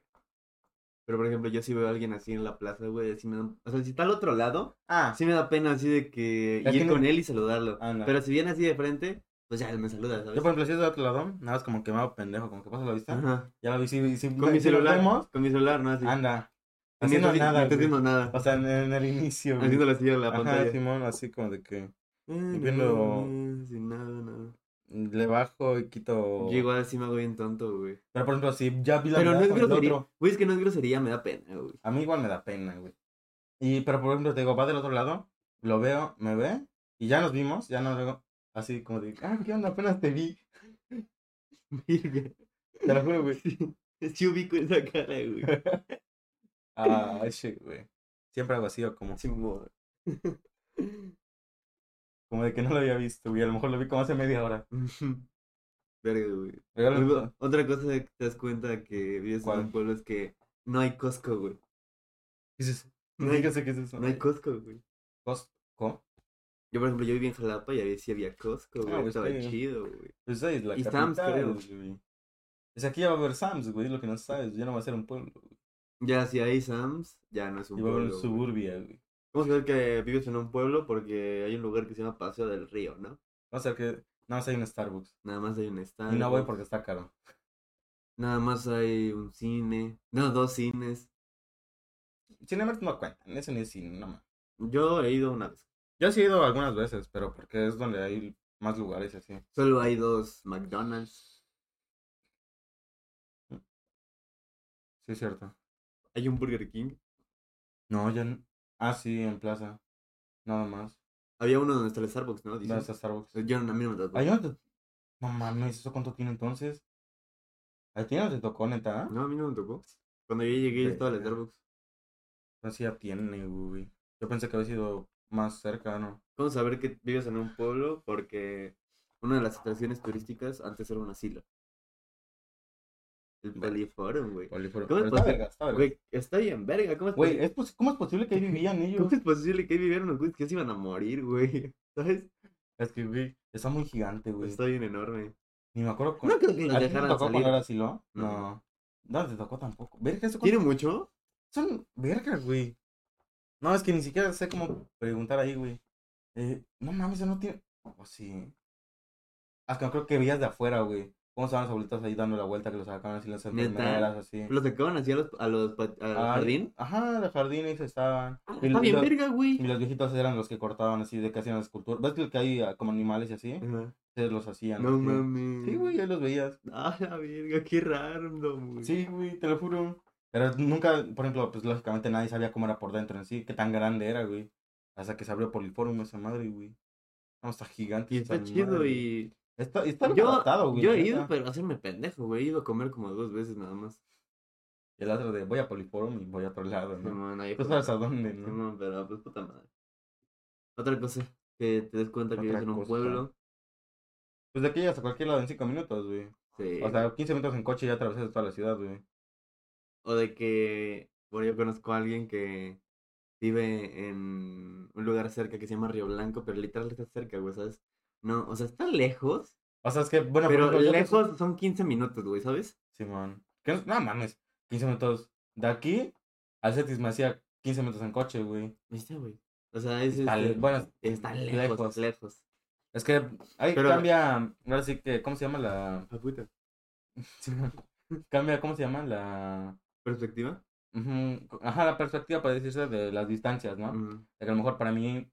Speaker 2: Pero por ejemplo, yo si veo a alguien así en la plaza, güey, así me da... O sea, si está al otro lado,
Speaker 1: Ah, sí.
Speaker 2: sí me da pena así de que
Speaker 1: Es
Speaker 2: ir
Speaker 1: que no-
Speaker 2: con él y saludarlo.
Speaker 1: Anda.
Speaker 2: Pero si viene así de frente, pues ya él me saluda,
Speaker 1: Yo,
Speaker 2: ¿sabes?
Speaker 1: por ejemplo, si es de otro lado, nada más como que me hago pendejo, como que pasa la vista.
Speaker 2: Ajá.
Speaker 1: Ya lo vi, si, si,
Speaker 2: Con mi
Speaker 1: si lo vemos,
Speaker 2: celular, con mi celular, ¿no? Así.
Speaker 1: anda.
Speaker 2: Ni siquiera
Speaker 1: Haciendo
Speaker 2: estoy-
Speaker 1: nada,
Speaker 2: ni estoy
Speaker 1: güey.
Speaker 2: haciendo nada.
Speaker 1: O sea, en, en el inicio, güey.
Speaker 2: Haciendo así en la
Speaker 1: Ajá,
Speaker 2: pantalla.
Speaker 1: Simón, así como de que
Speaker 2: Ah, no,
Speaker 1: viendo-
Speaker 2: no, Sin nada, nada.
Speaker 1: le bajo y quito.
Speaker 2: Yo igual así me hago bien tonto, güey.
Speaker 1: Pero, por ejemplo, si ya vi la
Speaker 2: Pero no
Speaker 1: mirada
Speaker 2: es
Speaker 1: con el
Speaker 2: grosería.
Speaker 1: otro,
Speaker 2: Güey, es que no es grosería, me da pena, güey.
Speaker 1: A mí igual me da pena, güey. Y, pero por ejemplo, te digo, va del otro lado, lo veo, me ve, y ya nos vimos, ya nos veo así como de, ah, ¿qué onda? Apenas te vi.
Speaker 2: Verga.
Speaker 1: Te lo juro, güey.
Speaker 2: Sí ubico esa cara, güey.
Speaker 1: Ah, shit, güey. Siempre hago así, o como,
Speaker 2: Simón.
Speaker 1: como de que no lo había visto, güey. A lo mejor lo vi como hace media hora.
Speaker 2: Verga, güey.
Speaker 1: Pero ya lo-
Speaker 2: Luego, otra cosa que te das cuenta que vives
Speaker 1: ¿Cuál?
Speaker 2: en un pueblo es que no hay Costco, güey.
Speaker 1: Dices,
Speaker 2: No hay-
Speaker 1: no sé qué es eso.
Speaker 2: No hay Costco, güey.
Speaker 1: Costco.
Speaker 2: Yo, por ejemplo, yo viví en Jalapa y ahí sí había Costco, güey.
Speaker 1: pues,
Speaker 2: estaba
Speaker 1: sí.
Speaker 2: chido, güey.
Speaker 1: Pues ahí es la
Speaker 2: Y Sam's,
Speaker 1: capital,
Speaker 2: creo.
Speaker 1: güey. Es aquí ya va a haber Sams, güey, es lo que no sabes. Ya no va a ser un pueblo. güey.
Speaker 2: Ya, si hay Sams, ya no es un
Speaker 1: Y va a haber
Speaker 2: pueblo.
Speaker 1: un
Speaker 2: güey.
Speaker 1: suburbia, güey.
Speaker 2: Vamos a ver que vives en un pueblo porque hay un lugar que se llama Paseo del Río, ¿no?
Speaker 1: Vamos a ver que nada más hay un Starbucks.
Speaker 2: Nada más hay un stand.
Speaker 1: Y no voy porque está caro.
Speaker 2: Nada más hay un cine. No, dos cines.
Speaker 1: Cinemex no cuentan, eso ni es cine, no más.
Speaker 2: Yo he ido una vez.
Speaker 1: Yo sí he ido algunas veces, pero porque es donde hay más lugares y así.
Speaker 2: Solo hay dos McDonald's.
Speaker 1: Sí, es cierto.
Speaker 2: Hay un Burger King.
Speaker 1: No, ya. n- Ah, sí, en plaza. Nada más.
Speaker 2: Había uno donde está el Starbucks, ¿no?
Speaker 1: ¿Dónde
Speaker 2: Dices.
Speaker 1: está Starbucks?
Speaker 2: Yo no, a mí no me tocó.
Speaker 1: Ahí no te- No mames, ¿eso cuánto tiene entonces? ¿A ti no te tocó, neta?
Speaker 2: No, a mí no me tocó. Cuando yo llegué
Speaker 1: Sí.
Speaker 2: estaba el Starbucks.
Speaker 1: No, sí, ya tiene, güey. Yo pensé que había sido más cerca, ¿no?
Speaker 2: Vamos a ver que vives en un pueblo porque una de las atracciones turísticas antes era un asilo. El
Speaker 1: Verga.
Speaker 2: Poliforum, güey.
Speaker 1: Oli, pero- pero
Speaker 2: ¿Cómo es
Speaker 1: está
Speaker 2: posible?
Speaker 1: verga, está verga.
Speaker 2: Güey, está bien, verga. ¿Cómo es,
Speaker 1: Güey,
Speaker 2: posi-
Speaker 1: ¿es pos- ¿cómo es posible que ahí vivían ellos?
Speaker 2: cómo es posible que ahí vivieran unos güeyes que se iban a morir, güey? ¿Sabes?
Speaker 1: Es que, güey, está muy gigante, güey.
Speaker 2: Está bien enorme.
Speaker 1: Ni me acuerdo cu-
Speaker 2: No creo que los
Speaker 1: ¿A ti te
Speaker 2: dejaran
Speaker 1: tocó
Speaker 2: salir.
Speaker 1: cuando era asilo?
Speaker 2: No.
Speaker 1: No. No te tocó tampoco. Verga, eso
Speaker 2: ¿Tiene mucho?
Speaker 1: Son verga, güey. No, es que ni siquiera sé cómo preguntar ahí, güey. Eh, no mames, eso no tiene. O sí. Hasta creo que veías de afuera, güey. ¿Cómo estaban los abuelitos ahí dando la vuelta que los sacaban así las
Speaker 2: ¿Neta?
Speaker 1: enfermeras, así?
Speaker 2: Los sacaban así a los, a los pa- al
Speaker 1: Ah,
Speaker 2: jardín.
Speaker 1: Ajá, los jardines estaban.
Speaker 2: Ah,
Speaker 1: Y
Speaker 2: Está
Speaker 1: los-
Speaker 2: bien,
Speaker 1: y los-
Speaker 2: verga, güey.
Speaker 1: Y los viejitos eran los que cortaban así, de que hacían las esculturas. ¿Ves que- que hay ah, como animales y así?
Speaker 2: Ajá.
Speaker 1: Ustedes los hacían.
Speaker 2: Eh. No
Speaker 1: así.
Speaker 2: mames.
Speaker 1: Sí, güey, ahí los veías.
Speaker 2: Ah, la verga, qué random, güey.
Speaker 1: Sí, güey, te lo juro. Pero nunca, por ejemplo, pues lógicamente nadie sabía cómo era por dentro en sí, qué tan grande era, güey. Hasta que se abrió Poliforum esa madre, güey. No, está gigante.
Speaker 2: Y está
Speaker 1: esa
Speaker 2: chido
Speaker 1: madre.
Speaker 2: y...
Speaker 1: Está, está bien
Speaker 2: Yo,
Speaker 1: adaptado, güey.
Speaker 2: yo
Speaker 1: la
Speaker 2: he ido,
Speaker 1: neta.
Speaker 2: pero a hacerme pendejo, güey. He ido a comer como dos veces nada más.
Speaker 1: Y el otro de voy a Poliforum y voy a otro lado, ¿no?
Speaker 2: Simón, ahí
Speaker 1: Tú
Speaker 2: fue-
Speaker 1: Pues sabes a dónde, ¿no?
Speaker 2: Simón, pero pues puta madre. Otra cosa, que te des cuenta que
Speaker 1: Otra
Speaker 2: vives en un
Speaker 1: cosa.
Speaker 2: pueblo.
Speaker 1: Pues de aquí hasta cualquier lado en cinco minutos, güey.
Speaker 2: Sí.
Speaker 1: O sea, 15 minutos en coche y ya atravesas toda la ciudad, güey.
Speaker 2: O de que, bueno, yo conozco a alguien que vive en un lugar cerca que se llama Río Blanco, pero literal está cerca, güey, ¿sabes? No, o sea, está lejos,
Speaker 1: O sea, es que, bueno, por
Speaker 2: pero
Speaker 1: ejemplo, yo que soy-
Speaker 2: lejos son 15 minutos, güey, ¿sabes?
Speaker 1: Simón. Que no, no mames, 15 minutos. De aquí al Cetis me hacía 15 minutos en coche, güey.
Speaker 2: ¿Viste, güey? O sea, es,
Speaker 1: Está le-
Speaker 2: este,
Speaker 1: bueno,
Speaker 2: está lejos, lejos.
Speaker 1: Es que ahí
Speaker 2: Pero-
Speaker 1: cambia, ahora sí que, ¿cómo se llama la...?
Speaker 2: Ah, puta.
Speaker 1: cambia, ¿cómo se llama la...?
Speaker 2: ¿Perspectiva?
Speaker 1: Ujú, Ajá, la perspectiva para decirse de las distancias, ¿no?
Speaker 2: Mm.
Speaker 1: De que a lo mejor para mí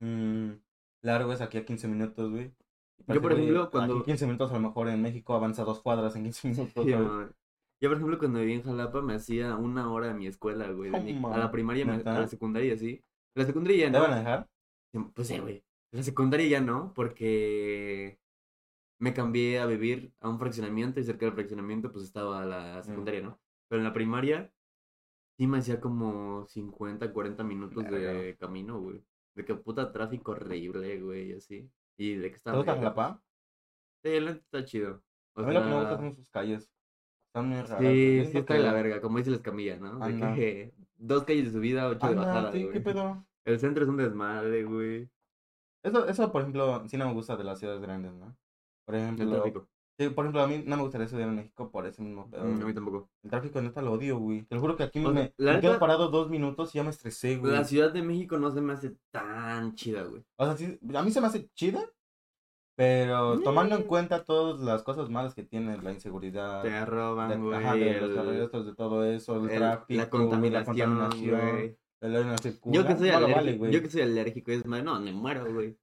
Speaker 1: mm, largo es aquí a 15 minutos, güey. Y para ese
Speaker 2: Yo, por
Speaker 1: güey,
Speaker 2: ejemplo,
Speaker 1: aquí
Speaker 2: cuando-
Speaker 1: 15 minutos a lo mejor en México avanza dos cuadras en 15 minutos,
Speaker 2: Sí,
Speaker 1: ¿sabes?
Speaker 2: mamá. Yo, por ejemplo, cuando vivía en Jalapa me hacía una hora a mi escuela, güey. de
Speaker 1: No
Speaker 2: mi- a
Speaker 1: mames,
Speaker 2: la primaria, me- a
Speaker 1: ¿neta?
Speaker 2: la secundaria, sí. La secundaria ya
Speaker 1: ¿Te
Speaker 2: no.
Speaker 1: van a dejar?
Speaker 2: Sí, Pues sí, güey. La secundaria ya no, porque me cambié a vivir a un fraccionamiento y cerca del fraccionamiento pues estaba
Speaker 1: Mm.
Speaker 2: la secundaria, ¿no? Pero en la primaria sí me hacía como 50, 40 minutos de
Speaker 1: Verga.
Speaker 2: camino, güey. De que puta tráfico horrible, güey, y así. Y de que
Speaker 1: ¿Te
Speaker 2: estaba...
Speaker 1: gusta
Speaker 2: medio-
Speaker 1: Jalapa?
Speaker 2: Sí, la neta está chido. O
Speaker 1: A mí lo que me gusta
Speaker 2: sea,
Speaker 1: son sus calles. Están muy raras. güey.
Speaker 2: pues, Sí,
Speaker 1: Es
Speaker 2: sí
Speaker 1: lo
Speaker 2: está
Speaker 1: que-
Speaker 2: de la verga, como dice la escamilla, ¿no? De
Speaker 1: Anda.
Speaker 2: que dos calles de subida, ocho de
Speaker 1: Anda,
Speaker 2: bajada,
Speaker 1: sí, ¿qué
Speaker 2: güey.
Speaker 1: pedo?
Speaker 2: El centro es un desmadre, güey.
Speaker 1: Eso, eso, por ejemplo, sí no me gusta de las ciudades grandes, ¿no? Por
Speaker 2: El
Speaker 1: ejemplo,
Speaker 2: tráfico.
Speaker 1: Sí, por ejemplo, a mí no me gustaría estudiar en México por ese mismo pedo.
Speaker 2: Mm, a mí
Speaker 1: güey.
Speaker 2: tampoco.
Speaker 1: El tráfico neta lo odio, güey. Te lo juro que aquí
Speaker 2: O sea,
Speaker 1: me,
Speaker 2: la
Speaker 1: me quedo
Speaker 2: neta-
Speaker 1: parado dos minutos y ya me estresé, güey.
Speaker 2: La Ciudad de México no se me hace tan chida, güey.
Speaker 1: O sea, sí, a mí se me hace chida, pero tomando en
Speaker 2: Mm.
Speaker 1: cuenta todas las cosas malas que tiene la inseguridad,
Speaker 2: Te
Speaker 1: de,
Speaker 2: roban, güey.
Speaker 1: ajá, Ah, de los
Speaker 2: el-
Speaker 1: arrestos, de todo eso, el,
Speaker 2: el-
Speaker 1: tráfico,
Speaker 2: la
Speaker 1: güey, la
Speaker 2: contaminación,
Speaker 1: contaminación,
Speaker 2: güey.
Speaker 1: el aire no circula.
Speaker 2: Yo que soy
Speaker 1: no lo
Speaker 2: alérgico,
Speaker 1: vale, güey.
Speaker 2: yo que soy alérgico, es más, no, me muero, güey.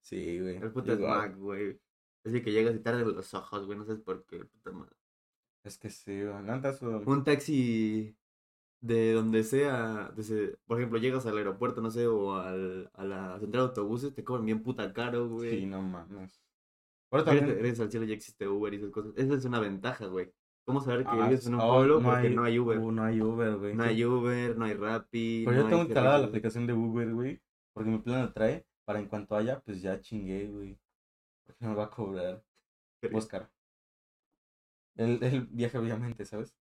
Speaker 1: Sí, güey.
Speaker 2: El puto
Speaker 1: Igual.
Speaker 2: smack, güey. Así que llegas y tardas los ojos, güey, no sabes por qué, puta madre.
Speaker 1: Es que sí, güey. la neta, eso-
Speaker 2: Un taxi de donde sea, desde- por ejemplo, llegas al aeropuerto, no sé, o al, a la central de autobuses, te cobran bien puta caro, güey.
Speaker 1: Sí, no mames. Pero
Speaker 2: Gracias,
Speaker 1: también...
Speaker 2: gracias al cielo ya existe Uber y esas cosas. Esa es una ventaja, güey. ¿Cómo saber que
Speaker 1: Ah,
Speaker 2: vives en un
Speaker 1: ah,
Speaker 2: pueblo? Porque no hay Uber.
Speaker 1: No hay Uber, güey.
Speaker 2: No
Speaker 1: Sí.
Speaker 2: hay Uber, no hay Rappi.
Speaker 1: Pero
Speaker 2: no
Speaker 1: yo tengo
Speaker 2: hay
Speaker 1: instalada la
Speaker 2: servicios.
Speaker 1: aplicación de Uber, güey. Porque mi plan la trae para en cuanto haya, pues ya chingué, güey. Porque me va a cobrar.
Speaker 2: Pero-
Speaker 1: Oscar. El, el viaje, obviamente, ¿sabes?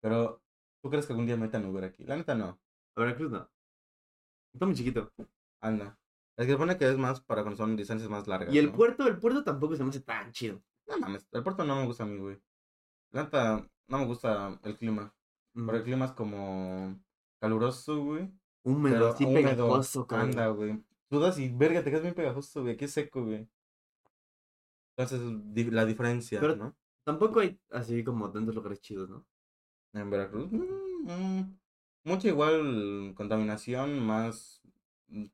Speaker 1: Pero, ¿tú crees que algún día metan Uber aquí? La neta, no.
Speaker 2: A Veracruz no. Está muy chiquito.
Speaker 1: Anda. Es que se supone que es más para cuando son distancias más largas.
Speaker 2: Y el
Speaker 1: ¿no?
Speaker 2: puerto, el puerto tampoco se me hace tan chido.
Speaker 1: No mames, el puerto no me gusta a mí, güey. La neta, no me gusta el clima.
Speaker 2: Mm,
Speaker 1: Porque el clima es como caluroso, güey.
Speaker 2: Húmedo, así
Speaker 1: húmedo,
Speaker 2: pegajoso, cabrón.
Speaker 1: Anda, güey. Sudas y verga, te quedas bien pegajoso, güey. Aquí es seco, güey. Entonces, di- la diferencia,
Speaker 2: Pero-
Speaker 1: ¿no?
Speaker 2: Tampoco hay así como tantos lugares chidos, ¿no?
Speaker 1: En Veracruz, mm, mm, mucha igual contaminación, más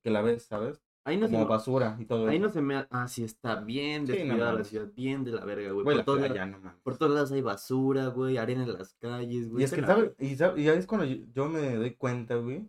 Speaker 1: que la ves, ¿sabes?
Speaker 2: Ahí no, se,
Speaker 1: Como basura y todo
Speaker 2: ahí
Speaker 1: eso.
Speaker 2: no se me... ha- Ah, sí, está bien
Speaker 1: Sí, no
Speaker 2: descuidada la
Speaker 1: mames.
Speaker 2: ciudad, bien de la verga,
Speaker 1: Güey,
Speaker 2: güey. Por,
Speaker 1: la
Speaker 2: todos
Speaker 1: playa,
Speaker 2: lados-
Speaker 1: no mames.
Speaker 2: por todos lados hay basura, güey, arena en las calles, güey.
Speaker 1: Y es
Speaker 2: Está
Speaker 1: que,
Speaker 2: la
Speaker 1: ¿sabes?
Speaker 2: verga.
Speaker 1: Y, sab- y ahí es cuando yo, yo me doy cuenta, güey.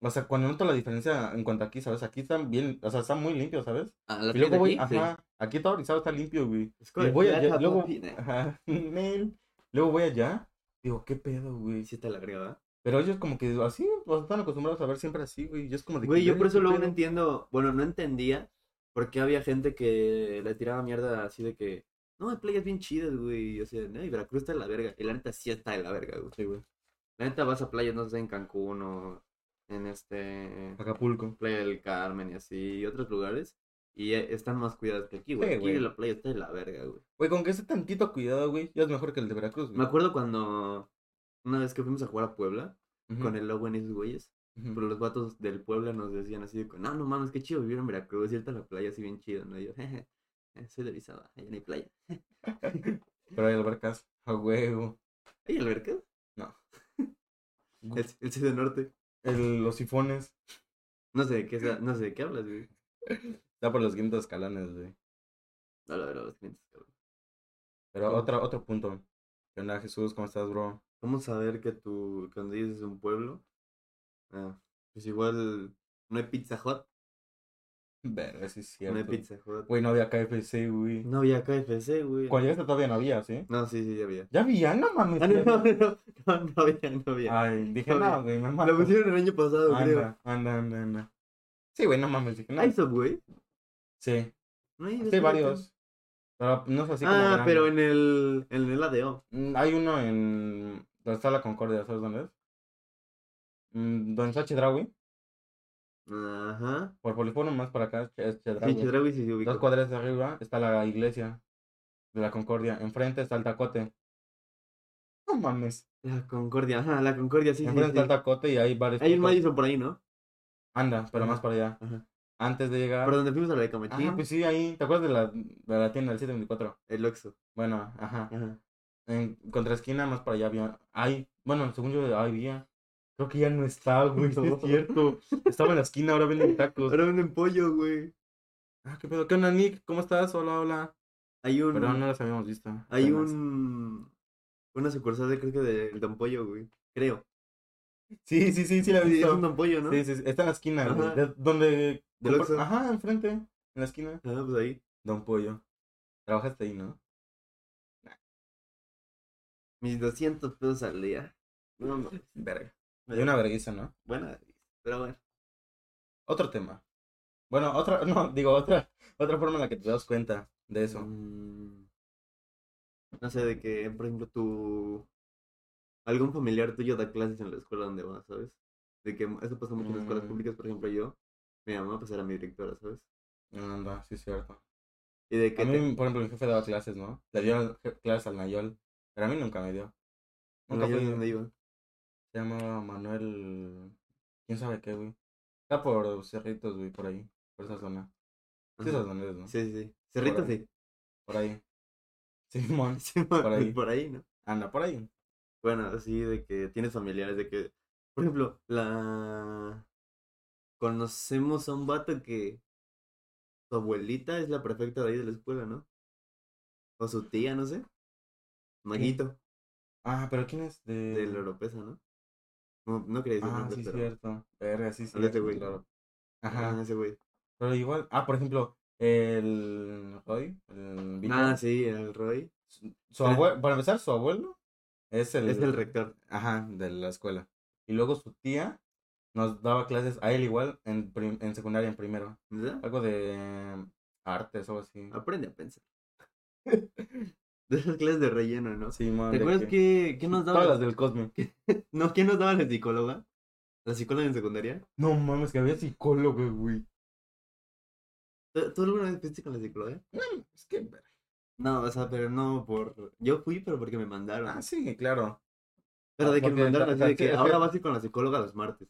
Speaker 1: O sea, cuando noto la diferencia en cuanto a aquí, ¿sabes? Aquí están bien, o sea, están muy limpios, ¿sabes?
Speaker 2: Ah, las
Speaker 1: Y luego
Speaker 2: calles
Speaker 1: voy,
Speaker 2: de aquí, sí.
Speaker 1: ajá, aquí todo Orizaba está limpio, güey.
Speaker 2: Es
Speaker 1: Y
Speaker 2: correcto,
Speaker 1: voy
Speaker 2: ya
Speaker 1: allá,
Speaker 2: está,
Speaker 1: luego,
Speaker 2: papi, ¿no?
Speaker 1: ajá, nel. luego voy allá, digo, ¿qué pedo, güey?
Speaker 2: Sí está la verga, ¿verdad?
Speaker 1: Pero ellos como que así, o sea, están acostumbrados a ver siempre así, güey. Yo es como de que,
Speaker 2: Güey, yo
Speaker 1: "Verga,
Speaker 2: por eso
Speaker 1: ¿qué
Speaker 2: luego no
Speaker 1: pedo?".
Speaker 2: entiendo, bueno, no entendía por qué había gente que le tiraba mierda así de que, no, hay playas bien chidas, güey, y, o sea, no, y Veracruz está de la verga, y la neta sí está de la verga, güey.
Speaker 1: Sí, güey.
Speaker 2: La neta vas a playas, no sé, en Cancún o en este,
Speaker 1: Acapulco.
Speaker 2: Playa del Carmen y así, y otros lugares, y eh, están más cuidadas que aquí, güey.
Speaker 1: Sí,
Speaker 2: aquí
Speaker 1: güey.
Speaker 2: la playa está de la verga, güey.
Speaker 1: Güey, con que esté tantito cuidado, güey, ya es mejor que el de Veracruz, güey.
Speaker 2: Me acuerdo cuando, una vez que fuimos a jugar a Puebla,
Speaker 1: Ujú,
Speaker 2: con el logo en esos güeyes,
Speaker 1: ujú.
Speaker 2: Pero los vatos del pueblo nos decían así de, que, no, no mames, qué chido vivir en Veracruz, cierta la playa así bien chido, ¿no? Y yo, jeje, eh, soy de Orizaba, allá no hay playa.
Speaker 1: Pero hay albercas a huevo.
Speaker 2: ¿Hay alberca? El, el Ciudad Norte.
Speaker 1: El- los sifones.
Speaker 2: No sé de qué, sea- no sé de qué hablas, güey.
Speaker 1: Está por los quintos escalones, güey.
Speaker 2: No, la verdad, los clientes, cabrón.
Speaker 1: Pero
Speaker 2: ¿Cómo?
Speaker 1: otra, otro punto. ¿Qué onda, Jesús? ¿Cómo estás, bro?
Speaker 2: ¿Cómo saber que tú, cuando dices un pueblo, ah, pues igual no hay Pizza Hut?
Speaker 1: Verga, sí es
Speaker 2: No hay
Speaker 1: cierto.
Speaker 2: Pizza Hut.
Speaker 1: Güey, no había KFC, güey.
Speaker 2: No había KFC, güey.
Speaker 1: Cuando llegaste todavía no había, ¿sí?
Speaker 2: No, sí, sí, ya había.
Speaker 1: Ya había, no mames.
Speaker 2: Ah, no,
Speaker 1: ya-
Speaker 2: no, no, no, no había, no había.
Speaker 1: Ay, dije,
Speaker 2: No había.
Speaker 1: no, güey, me
Speaker 2: Lo
Speaker 1: mato.
Speaker 2: pusieron el año pasado,
Speaker 1: Ah,
Speaker 2: creo.
Speaker 1: Anda, anda, anda, anda. Sí, güey, no mames, dije, no.
Speaker 2: ¿Hay Subway?
Speaker 1: Sí,
Speaker 2: No hay
Speaker 1: sí,
Speaker 2: Subway, creo.
Speaker 1: varios. Pero no es así como
Speaker 2: ah,
Speaker 1: grande.
Speaker 2: pero en el, en el ADO.
Speaker 1: Mm, Hay uno en. ¿Dónde está la Concordia? ¿Sabes dónde es? Mm, ¿Dónde está Chedraui?
Speaker 2: Ajá.
Speaker 1: Por Polifono más para acá es Chedraui.
Speaker 2: Sí, Chedraui sí se ubica.
Speaker 1: Dos cuadras de arriba está la iglesia de la Concordia. Enfrente está el tacote. No mames.
Speaker 2: La Concordia, ajá, la Concordia, sí, sí,
Speaker 1: Enfrente
Speaker 2: sí.
Speaker 1: está el tacote y hay varios.
Speaker 2: Hay un
Speaker 1: puestos.
Speaker 2: Madison por ahí, ¿no?
Speaker 1: Anda, pero
Speaker 2: Ajá.
Speaker 1: más para allá.
Speaker 2: Ajá.
Speaker 1: Antes de llegar.
Speaker 2: Por donde fuimos a la de
Speaker 1: Ajá,
Speaker 2: Camachín,
Speaker 1: pues sí, ahí. ¿Te acuerdas de la, de la tienda del 724?
Speaker 2: el Oxxo.
Speaker 1: Bueno, ajá.
Speaker 2: Ajá.
Speaker 1: En contraesquina, más para allá había. Ay, bueno, según yo había. Creo que ya no está, güey, sí
Speaker 2: No.
Speaker 1: es cierto. Estaba en la esquina, ahora venden tacos.
Speaker 2: Ahora venden pollo, güey.
Speaker 1: Ah, qué pedo. ¿Qué onda, Nick? ¿Cómo estás? Hola, hola.
Speaker 2: Hay un,
Speaker 1: Pero no las habíamos visto.
Speaker 2: hay
Speaker 1: apenas.
Speaker 2: un, una sucursal de, creo que del Don Pollo, güey. Creo.
Speaker 1: Sí, sí, sí, sí, la he
Speaker 2: Sí, es
Speaker 1: visto.
Speaker 2: un Don Pollo, ¿no?
Speaker 1: Sí, sí, sí, está en la esquina, güey,
Speaker 2: Ajá.
Speaker 1: de- donde...
Speaker 2: Del
Speaker 1: compra-
Speaker 2: Oxxo.
Speaker 1: Ajá, enfrente, en la esquina.
Speaker 2: Ajá, pues ahí.
Speaker 1: Don Pollo. Trabajaste ahí, ¿no?
Speaker 2: Mis 200 pesos al día. No, no.
Speaker 1: Verga. De una vergüenza, ¿no?
Speaker 2: Buena, pero bueno.
Speaker 1: Otro tema. Bueno, otra, no, digo, otra, otra forma en la que te das cuenta de eso.
Speaker 2: Mm, No sé, de que, por ejemplo, tu... Algún familiar tuyo da clases en la escuela donde vas, ¿sabes? De que eso pasa mucho en las escuelas
Speaker 1: Mm.
Speaker 2: públicas, por ejemplo, yo. Mi mamá pues era mi directora, ¿sabes?
Speaker 1: No, no, Mm, sí es cierto.
Speaker 2: Y de que...
Speaker 1: A
Speaker 2: te-
Speaker 1: mí, por ejemplo, mi jefe daba clases, ¿no? Le dio je- clases al Nayol, pero a mí nunca me dio.
Speaker 2: no,
Speaker 1: Nunca
Speaker 2: yo
Speaker 1: fui-
Speaker 2: donde iba.
Speaker 1: Se llamaba Manuel... ¿Quién sabe qué, güey? Está por Cerritos, güey, por ahí. Por esa zona. Sí,
Speaker 2: Ajá.
Speaker 1: esas zonas, ¿no?
Speaker 2: Sí, sí, sí. Cerritos,
Speaker 1: ahí.
Speaker 2: sí.
Speaker 1: Por ahí. Simón.
Speaker 2: Sí, por
Speaker 1: ahí.
Speaker 2: Por ahí, ¿no?
Speaker 1: Anda, por ahí.
Speaker 2: Bueno, así de que tienes familiares, de que... Por ejemplo, la... Conocemos a un vato que... Su abuelita es la prefecta de ahí de la escuela, ¿no? O su tía, no sé. Maguito.
Speaker 1: Ah, pero ¿quién es de...?
Speaker 2: de la Oropesa, ¿no? No, no quería decir
Speaker 1: Eh. Ah,
Speaker 2: nombres,
Speaker 1: sí,
Speaker 2: pero-
Speaker 1: cierto. Verga, sí, sí.
Speaker 2: Habla este güey.
Speaker 1: Claro.
Speaker 2: Ah,
Speaker 1: Ajá.
Speaker 2: ese güey.
Speaker 1: Pero igual... Ah, por ejemplo, el... Roy, el... Vito,
Speaker 2: Ah, sí, el Roy.
Speaker 1: Su, abuelo... Para empezar, su abuelo es el...
Speaker 2: Es el rector.
Speaker 1: Ajá, de la escuela. Y luego su tía nos daba clases a él igual en, prim- en secundaria, en primero.
Speaker 2: ¿Verdad?
Speaker 1: Algo de artes o algo así.
Speaker 2: Aprende a pensar. De esas clases de relleno, ¿no?
Speaker 1: Sí, man,
Speaker 2: ¿Te
Speaker 1: de
Speaker 2: acuerdas que, qué nos daba?
Speaker 1: Todas
Speaker 2: la-
Speaker 1: las del Cosme.
Speaker 2: No, ¿qué nos daba la psicóloga? ¿La psicóloga en secundaria?
Speaker 1: No mames, que había psicólogo, güey.
Speaker 2: ¿Tú, tú alguna vez fuiste con la psicóloga?
Speaker 1: No, es que... verga.
Speaker 2: No, o sea, pero no por... Yo fui, pero porque me mandaron.
Speaker 1: Ah, sí, claro.
Speaker 2: pero de que
Speaker 1: porque
Speaker 2: me mandaron así
Speaker 1: ta-
Speaker 2: de
Speaker 1: ta- sí,
Speaker 2: que
Speaker 1: es
Speaker 2: ahora
Speaker 1: que-
Speaker 2: vas a ir con la psicóloga los martes.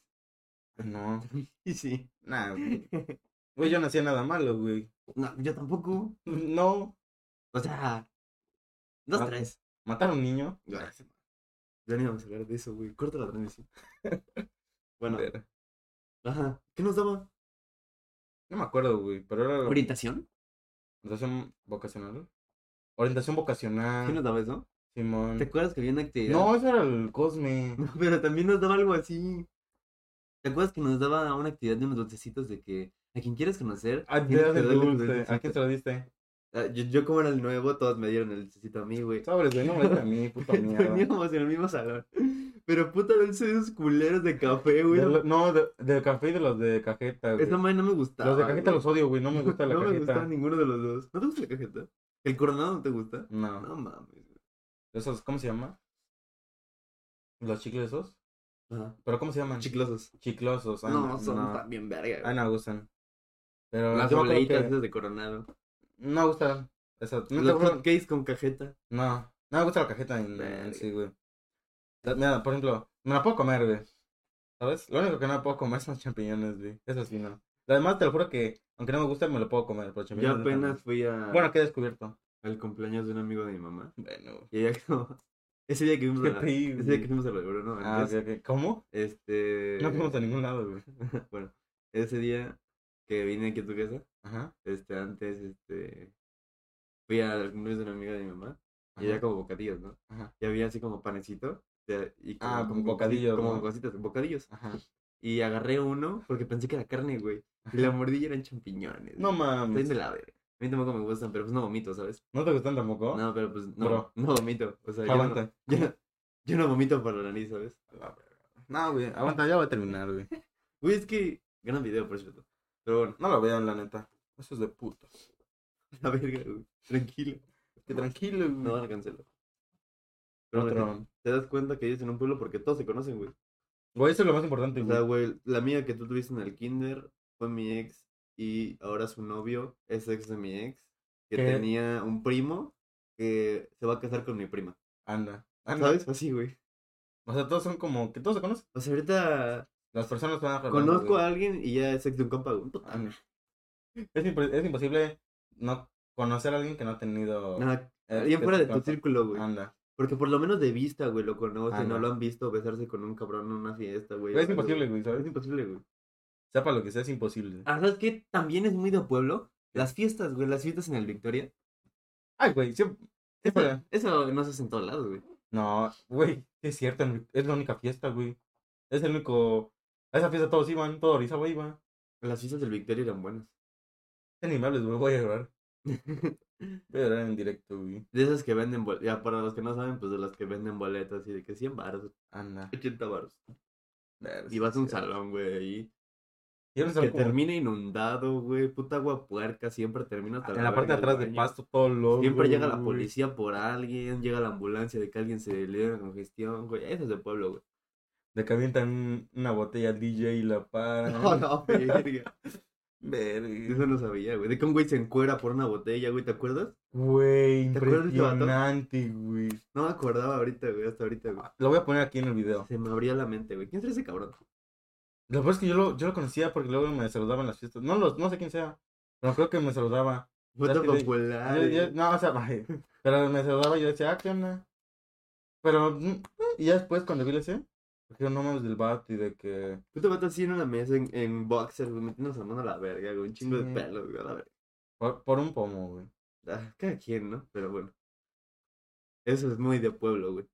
Speaker 1: No.
Speaker 2: Y sí.
Speaker 1: Nah, güey, yo no hacía nada malo, güey.
Speaker 2: No, yo tampoco.
Speaker 1: No.
Speaker 2: O sea, dos,
Speaker 1: Ah.
Speaker 2: tres.
Speaker 1: Matar a un niño.
Speaker 2: Ya no íbamos a hablar de eso, güey. Corta la transmisión. bueno,
Speaker 1: Ver.
Speaker 2: ajá. ¿Qué nos daba?
Speaker 1: No me acuerdo, güey, pero era
Speaker 2: ¿Orientación?
Speaker 1: orientación vocacional. Orientación vocacional,
Speaker 2: ¿Qué nos daba eso?
Speaker 1: Simón.
Speaker 2: ¿Te acuerdas que había una actividad?
Speaker 1: No, eso era el Cosme.
Speaker 2: No, pero también nos daba algo así. ¿Te acuerdas que nos daba una actividad de unos dulcecitos de que a quien quieres conocer,
Speaker 1: Ah, te
Speaker 2: tienes
Speaker 1: das
Speaker 2: que
Speaker 1: el
Speaker 2: darle un
Speaker 1: dulce. ¿A quién se
Speaker 2: dulcecito?
Speaker 1: lo diste?
Speaker 2: Ah, yo, yo como era el nuevo, todos me dieron el dulcecito a mí, güey.
Speaker 1: Sobres, güey, no me lo diste a mí, puta mierda.
Speaker 2: Veníamos en el mismo salón. Pero puta dulce esos culeros de café, güey.
Speaker 1: De lo- no, de- del café y de los de cajeta, güey.
Speaker 2: Esa madre no me gustaba.
Speaker 1: Los de cajeta
Speaker 2: güey.
Speaker 1: los odio, güey, no me gusta la
Speaker 2: No me gustaba
Speaker 1: cajeta.
Speaker 2: ninguno de los dos. ¿No te gusta la cajeta? ¿El coronado no te gusta?
Speaker 1: No.
Speaker 2: No mames. güey.
Speaker 1: Esos, ¿cómo se llama? Los chicles esos.
Speaker 2: Ajá.
Speaker 1: ¿Pero cómo se llaman?
Speaker 2: Chiclosos.
Speaker 1: Chiclosos. ah,
Speaker 2: No, son
Speaker 1: no.
Speaker 2: también verga.
Speaker 1: Ah,
Speaker 2: güey.
Speaker 1: no me gustan. Pero
Speaker 2: Las
Speaker 1: yo me acuerdo
Speaker 2: boleitas
Speaker 1: que
Speaker 2: esas de coronado.
Speaker 1: no me gustan. Esa- ¿no te
Speaker 2: Los
Speaker 1: gustan?
Speaker 2: hotcakes con cajeta.
Speaker 1: No, no me gusta la cajeta en, en
Speaker 2: Verga.
Speaker 1: sí, güey. La- Mira, por ejemplo, me la puedo comer, güey. ¿Sabes? Lo único que no me puedo comer son champiñones, güey. Eso sí, no. Además, te lo juro que, aunque no me guste, me lo puedo comer. Pero
Speaker 2: Yo
Speaker 1: champiñones no
Speaker 2: apenas
Speaker 1: tanto.
Speaker 2: fui a...
Speaker 1: Bueno, ¿qué he descubierto?
Speaker 2: al cumpleaños de un amigo de mi mamá.
Speaker 1: Bueno.
Speaker 2: Y ella como... Ese día que fuimos
Speaker 1: Qué
Speaker 2: a la...
Speaker 1: pi,
Speaker 2: Ese día que
Speaker 1: güey.
Speaker 2: fuimos a la de Bruno,
Speaker 1: Ah,
Speaker 2: antes,
Speaker 1: ok, ok. ¿Cómo?
Speaker 2: este...
Speaker 1: No fuimos a ningún lado, güey.
Speaker 2: bueno, ese día que vine aquí a tu casa,
Speaker 1: Ajá.
Speaker 2: este, antes, este... Fui al cumpleaños de una amiga de mi mamá. Y
Speaker 1: ajá,
Speaker 2: había como bocadillos, ¿no?
Speaker 1: Ajá.
Speaker 2: Y había así como panecito. de- y como-
Speaker 1: Ah, como
Speaker 2: cosi-
Speaker 1: bocadillos,
Speaker 2: Como
Speaker 1: ¿no?
Speaker 2: cositas, bocadillos.
Speaker 1: Ajá.
Speaker 2: Y agarré uno porque pensé que era carne, güey. Y la mordilla eran champiñones.
Speaker 1: No
Speaker 2: güey. Estoy de
Speaker 1: mames.
Speaker 2: la verga. A mí tampoco me gustan, pero pues no vomito, ¿sabes?
Speaker 1: ¿No te gustan tampoco?
Speaker 2: No, pero pues no,
Speaker 1: Bro.
Speaker 2: no vomito. O sea, yo no,
Speaker 1: Aguanta.
Speaker 2: yo, no- yo no vomito por la nariz, ¿sabes?
Speaker 1: No, güey. Aguanta, ya voy a terminar, güey.
Speaker 2: Güey, es que gran video, por cierto. Pero bueno,
Speaker 1: No lo vean, la neta. Eso es de putos.
Speaker 2: la verga, güey. Tranquilo.
Speaker 1: Que tranquilo, güey.
Speaker 2: No van a cancelar. Pero
Speaker 1: Otro.
Speaker 2: bueno, te das cuenta que vives en un pueblo porque todos se conocen, güey.
Speaker 1: Güey, eso es lo más importante,
Speaker 2: O
Speaker 1: güey.
Speaker 2: sea, güey, la amiga que tú tuviste en el kinder fue mi ex y ahora su novio es ex de mi ex que
Speaker 1: ¿Qué?
Speaker 2: tenía un primo que se va a casar con mi prima.
Speaker 1: Anda. Anda.
Speaker 2: ¿Sabes? Así, güey.
Speaker 1: O sea, todos son como que todos se conocen.
Speaker 2: O sea, ahorita
Speaker 1: Las personas van a hablar,
Speaker 2: conozco
Speaker 1: güey.
Speaker 2: a alguien y ya es ex de un compa, güey. Puta,
Speaker 1: Anda. Es, impos- es imposible no conocer a alguien que no ha tenido.
Speaker 2: nada,
Speaker 1: eh,
Speaker 2: Alguien
Speaker 1: que
Speaker 2: fuera
Speaker 1: se
Speaker 2: de tu
Speaker 1: conozca.
Speaker 2: círculo, güey.
Speaker 1: Anda.
Speaker 2: Porque por lo menos de vista, güey, lo conocen.
Speaker 1: Anda.
Speaker 2: No lo han visto besarse con un cabrón en una fiesta, güey.
Speaker 1: Güey,
Speaker 2: o
Speaker 1: Ah, es
Speaker 2: algo,
Speaker 1: imposible, güey,
Speaker 2: güey. Es
Speaker 1: ¿sabes?
Speaker 2: imposible, güey.
Speaker 1: Sea para lo que sea, es imposible.
Speaker 2: Ah, ¿sabes qué? También es muy de pueblo. Las fiestas, güey, las fiestas en el Victoria.
Speaker 1: Ay, güey, siempre. siempre-
Speaker 2: Eso no se hace en todos lados, güey.
Speaker 1: No, güey, sí es cierto, en- es la única fiesta, güey. Es el único. A esa fiesta todos iban, todo Orizaba iba.
Speaker 2: Las fiestas del Victoria eran buenas.
Speaker 1: Ya ni me hables, güey, voy a llorar. Voy a llorar en directo, güey.
Speaker 2: De esas que venden boletas. Ya, para los que no saben, pues de las que venden boletas y de que 100 baros,
Speaker 1: Anda.
Speaker 2: 80 baros.
Speaker 1: Ver,
Speaker 2: Y vas a un
Speaker 1: sí.
Speaker 2: salón, güey, ahí.
Speaker 1: Y era un
Speaker 2: Que
Speaker 1: salón como-
Speaker 2: termina inundado, güey. Puta agua puerca, siempre termina hasta
Speaker 1: Ah, En la parte de
Speaker 2: verga el
Speaker 1: atrás de
Speaker 2: baño.
Speaker 1: pasto, todo loco.
Speaker 2: Siempre llega la
Speaker 1: güey.
Speaker 2: policía por alguien, llega la ambulancia de que alguien se le dio una congestión, güey. Eso es de pueblo, güey.
Speaker 1: Le calientan un- una botella al DJ y la paran.
Speaker 2: No, no, verga.
Speaker 1: Verga.
Speaker 2: Eso no sabía, güey. De que un güey se encuera por una botella, güey, ¿te acuerdas?
Speaker 1: Güey,
Speaker 2: ¿Te acuerdas de ese vato?
Speaker 1: impresionante, güey.
Speaker 2: No me acordaba ahorita, güey, hasta ahorita, güey.
Speaker 1: Lo voy a poner aquí en el video.
Speaker 2: Se me abría la mente, güey. ¿Quién será ese cabrón?
Speaker 1: Lo peor es que yo lo, yo lo conocía porque luego me saludaba en las fiestas. No, lo- no sé quién sea, pero creo que me saludaba.
Speaker 2: Puta
Speaker 1: Ya te-
Speaker 2: popular.
Speaker 1: Yo-
Speaker 2: güey.
Speaker 1: yo- no, o sea, ay, pero me saludaba y yo decía, ah, ¿qué onda? Pero, mm, y ya después cuando vi la C, dije, no mames del bat y de que...
Speaker 2: Tú te vas así en una mesa en, en boxer, güey, metiéndose la mano a la verga, güey, un chingo
Speaker 1: Sí.
Speaker 2: de pelo, güey, a la verga.
Speaker 1: Por, por un pomo, güey.
Speaker 2: Ah, Cada quien, ¿no? Pero bueno. Eso es muy de pueblo, güey.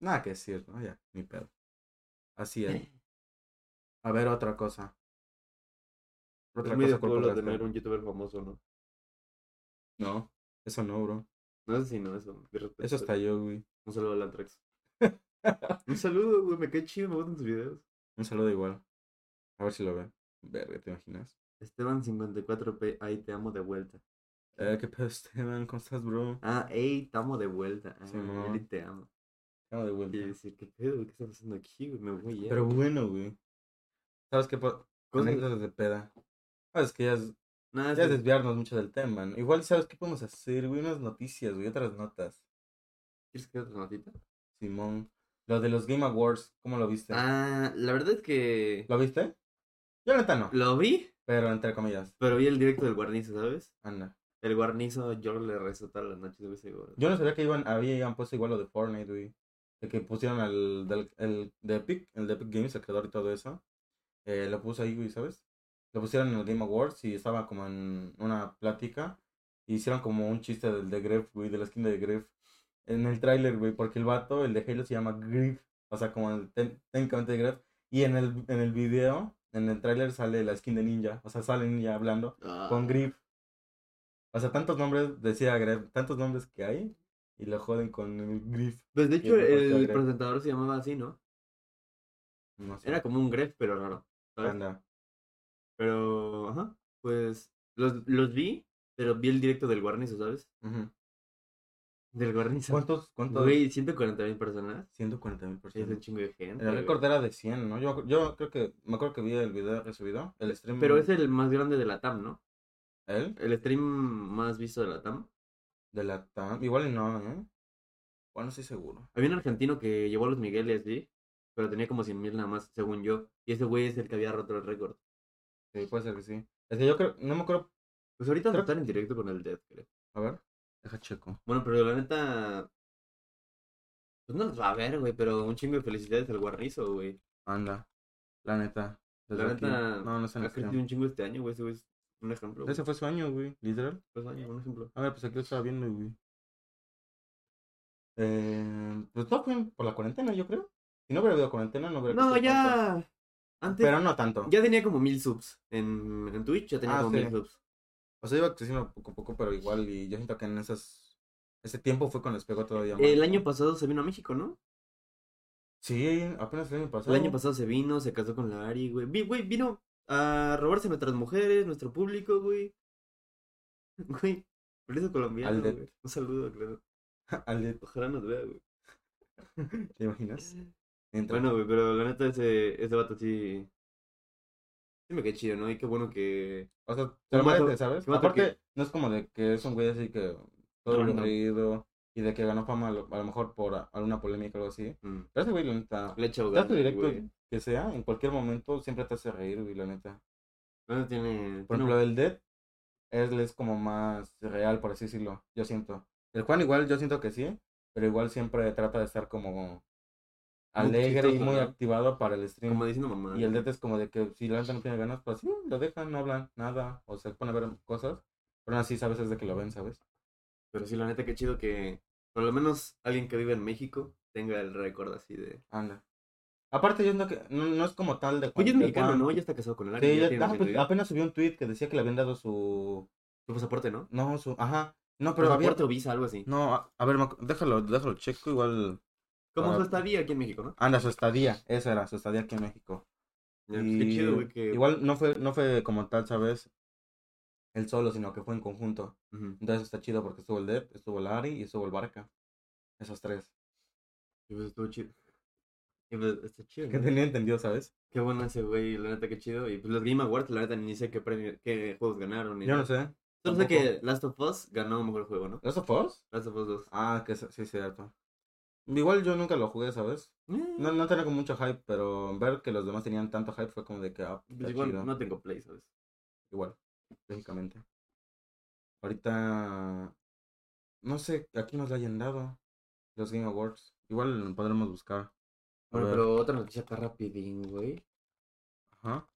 Speaker 1: Nada que decir, ¿no? Ya, ni pedo. Así es. A ver, otra cosa.
Speaker 2: Es
Speaker 1: Otra
Speaker 2: muy de
Speaker 1: cosa culpa
Speaker 2: pueblo
Speaker 1: de
Speaker 2: tener
Speaker 1: este.
Speaker 2: un youtuber famoso, ¿no?
Speaker 1: No, eso no, bro.
Speaker 2: No sé si no, eso. de respeto.
Speaker 1: Eso está yo, güey.
Speaker 2: Un saludo al Antrax. un saludo, güey, me cae chido, me gustan tus videos.
Speaker 1: Un saludo igual. A ver si lo ve. Verga, ¿te imaginas?
Speaker 2: Esteban54p, ahí te amo de vuelta.
Speaker 1: Eh, ¿Qué pedo, Esteban? ¿Cómo estás, bro?
Speaker 2: Ah, ey, te amo de vuelta. Ah,
Speaker 1: Simón.
Speaker 2: Eli, te amo.
Speaker 1: Estamos de vuelta.
Speaker 2: Y decir, ¿qué pedo? ¿Qué está pasando aquí, güey? Me voy ¿eh? ya.
Speaker 1: Pero bueno, güey. ¿Sabes qué? po-
Speaker 2: Cosas-
Speaker 1: Anécdotas de peda. Sabes que ya es
Speaker 2: Nada,
Speaker 1: Ya
Speaker 2: Ah, sí.
Speaker 1: desviarnos mucho del tema. ¿no? Igual, ¿sabes qué podemos hacer? Güey, unas noticias, güey, otras notas.
Speaker 2: ¿Quieres que otra notita?
Speaker 1: Simón. Lo de los Game Awards, ¿cómo lo viste?
Speaker 2: Ah, la verdad es que
Speaker 1: ¿Lo viste? Yo la neta no,
Speaker 2: lo vi,
Speaker 1: pero entre comillas.
Speaker 2: pero vi el directo del guarnizo, ¿sabes?
Speaker 1: Anda.
Speaker 2: El guarnizo yo le rezo todas las noches, güey, seguro.
Speaker 1: Yo no sabía que iban, habían puesto igual lo de Fortnite, güey. De que pusieron al del, el, de Epic, el de Epic Games, el creador y todo eso. Eh, lo puso ahí, güey, ¿sabes? Lo pusieron en el Game Awards y estaba como en una plática. y hicieron como un chiste del de Gref, güey, de la skin de Gref. En el tráiler, güey, porque el vato, el de Halo, se llama Griff. O sea, como el, te- técnicamente Gref. Y en el, en el video, en el tráiler sale la skin de Ninja. O sea, sale Ninja hablando
Speaker 2: Ah,
Speaker 1: con Griff. O sea, tantos nombres, decía Griff, tantos nombres que hay y lo joden con el Griff.
Speaker 2: Pues de hecho
Speaker 1: Bien, me pareció
Speaker 2: el
Speaker 1: agradable.
Speaker 2: presentador se llamaba así, ¿no?
Speaker 1: No sé.
Speaker 2: Era como un gref, pero raro. ¿sabes?
Speaker 1: Anda.
Speaker 2: Pero, ajá, pues los, los vi, pero vi el directo del guarnizo, ¿sabes?
Speaker 1: Ujú.
Speaker 2: Del guarnizo.
Speaker 1: ¿Cuántos? ¿Cuántos?
Speaker 2: Güey, 140 mil personas.
Speaker 1: 140 mil
Speaker 2: Es un
Speaker 1: personas.
Speaker 2: chingo de gente.
Speaker 1: El
Speaker 2: güey.
Speaker 1: récord era de 100, ¿no? Yo, yo creo que, me acuerdo que vi el video que subido, el stream.
Speaker 2: Pero es el más grande de la TAM, ¿no?
Speaker 1: ¿Él?
Speaker 2: El stream más visto de la TAM.
Speaker 1: De la TAM. Igual y no, ¿eh? Bueno, sí seguro.
Speaker 2: Había un argentino que llevó a los Migueles, ¿sí? Pero tenía como 100 mil nada más, según yo. Y ese güey es el que había roto el récord.
Speaker 1: Sí, puede ser que sí. Es que yo creo, no me acuerdo.
Speaker 2: Pues ahorita no
Speaker 1: Creo-
Speaker 2: están en directo con el Death, creo.
Speaker 1: A ver, deja checo.
Speaker 2: Bueno, pero la neta. Pues no los va a ver, güey, pero un chingo de felicidades al guarnizo, güey.
Speaker 1: Anda. La neta. desde
Speaker 2: La
Speaker 1: aquí.
Speaker 2: neta,
Speaker 1: No, no sé.
Speaker 2: Ha crecido un chingo este año, güey. Ese güey es un ejemplo. güey.
Speaker 1: Ese fue su año, güey, literal.
Speaker 2: Pues, año, un ejemplo.
Speaker 1: A ver, pues aquí lo estaba viendo, güey. Eh, pues no fue por la cuarentena, yo creo. Si no hubiera habido cuarentena, no hubiera
Speaker 2: No,
Speaker 1: crecido tanto.
Speaker 2: ya. Antes.
Speaker 1: Pero no tanto.
Speaker 2: Ya tenía como mil subs. En, en Twitch ya tenía
Speaker 1: Ah,
Speaker 2: como
Speaker 1: sí.
Speaker 2: mil subs.
Speaker 1: O sea, iba creciendo poco a poco, pero igual. Y yo siento que en esas. Ese tiempo fue cuando les pegó todavía más.
Speaker 2: El año pasado se vino a México, ¿no?
Speaker 1: Sí, apenas el año pasado.
Speaker 2: El año pasado se vino, se casó con la Ari, güey. Vi- Güey, vino a robarse nuestras mujeres, nuestro público, güey. Güey, por eso colombiano,
Speaker 1: Al de-
Speaker 2: güey. Un saludo, claro.
Speaker 1: Al de-
Speaker 2: Ojalá nos vea, güey.
Speaker 1: ¿Te imaginas? Entra.
Speaker 2: Eh. Bueno, güey, pero la neta, ese, ese vato sí. Sí me quedé chido, ¿no? Y qué bueno que.
Speaker 1: o sea, te lo
Speaker 2: mato-
Speaker 1: mereces, ¿sabes?
Speaker 2: te mato
Speaker 1: Aparte, no es como de que es un güey así que. Todo
Speaker 2: Random.
Speaker 1: aburrido. Y de que ganó fama a lo, a lo mejor por a- alguna polémica o algo así.
Speaker 2: mm,
Speaker 1: Pero ese güey, la neta.
Speaker 2: le he echado
Speaker 1: Sea tu
Speaker 2: ganas,
Speaker 1: directo
Speaker 2: güey.
Speaker 1: que sea, en cualquier momento siempre te hace reír, güey, la neta.
Speaker 2: La neta tiene.
Speaker 1: Por
Speaker 2: tiene-
Speaker 1: ejemplo, el Dead es, es como más real, por así decirlo, yo siento. El Juan igual yo siento que sí, pero igual siempre trata de estar como alegre y
Speaker 2: chistoso,
Speaker 1: muy
Speaker 2: ¿no?
Speaker 1: activado para el stream.
Speaker 2: Como ah. diciendo mamá.
Speaker 1: Y el Dead es como de que si la neta no tiene ganas, pues sí, lo dejan, no hablan nada, o se pone a ver cosas. Pero aún así, sabes, es de que lo ven, ¿sabes?
Speaker 2: Pero sí, la neta, qué chido que por lo menos alguien que vive en México tenga el récord así de.
Speaker 1: Anda. Aparte, yo siento que no, no es como tal de
Speaker 2: Oye, es
Speaker 1: Juan- de
Speaker 2: mexicano,
Speaker 1: Juan.
Speaker 2: ¿no? Ya está casado con el
Speaker 1: Sí,
Speaker 2: Ari.
Speaker 1: ya-
Speaker 2: ya tiene
Speaker 1: ah, pues,
Speaker 2: nacionalidad.
Speaker 1: apenas subió un tweet que decía que le habían dado su.
Speaker 2: Tu pasaporte, Pues, ¿no?
Speaker 1: No, su. Ajá. No, pero
Speaker 2: Pero
Speaker 1: había.
Speaker 2: pasaporte o visa, algo así.
Speaker 1: No, a, a ver, me acu- déjalo, déjalo checo. Igual
Speaker 2: Como
Speaker 1: Ah.
Speaker 2: su estadía aquí en México, ¿no?
Speaker 1: Anda, su estadía, esa era, su estadía aquí en México.
Speaker 2: Ya, pues, Qué
Speaker 1: Y
Speaker 2: chido, güey, que.
Speaker 1: Igual no fue, no fue como tal, ¿sabes? Él solo, sino que fue en conjunto.
Speaker 2: Ujú.
Speaker 1: Entonces está chido porque estuvo el Depp, estuvo el Ari y estuvo el Barca. Esos tres.
Speaker 2: Y pues estuvo chido. Y pues está chido.
Speaker 1: Que
Speaker 2: ¿no?
Speaker 1: tenía entendido, ¿sabes?
Speaker 2: Qué bueno ese güey, la neta, qué chido. Y pues los Game Awards, la neta, ni sé qué, premio, qué juegos ganaron. ni
Speaker 1: Yo no
Speaker 2: nada.
Speaker 1: sé.
Speaker 2: Solo sé
Speaker 1: tampoco.
Speaker 2: que Last of Us ganó mejor juego, ¿no?
Speaker 1: ¿Eso fue?
Speaker 2: Last of Us 2.
Speaker 1: Ah, que se- sí, es cierto. Igual yo nunca lo jugué, ¿sabes?
Speaker 2: Eh,
Speaker 1: No, no tenía como mucho hype, pero ver que los demás tenían tanto hype fue como de que, ah,
Speaker 2: pues
Speaker 1: está
Speaker 2: igual
Speaker 1: chido.
Speaker 2: no tengo play, ¿sabes?
Speaker 1: Igual, lógicamente. Ahorita. No sé a quién nos lo hayan dado. Los Game Awards. Igual lo podremos buscar. A
Speaker 2: Bueno,
Speaker 1: ver.
Speaker 2: pero otra noticia acá rapidín, güey.
Speaker 1: Ajá.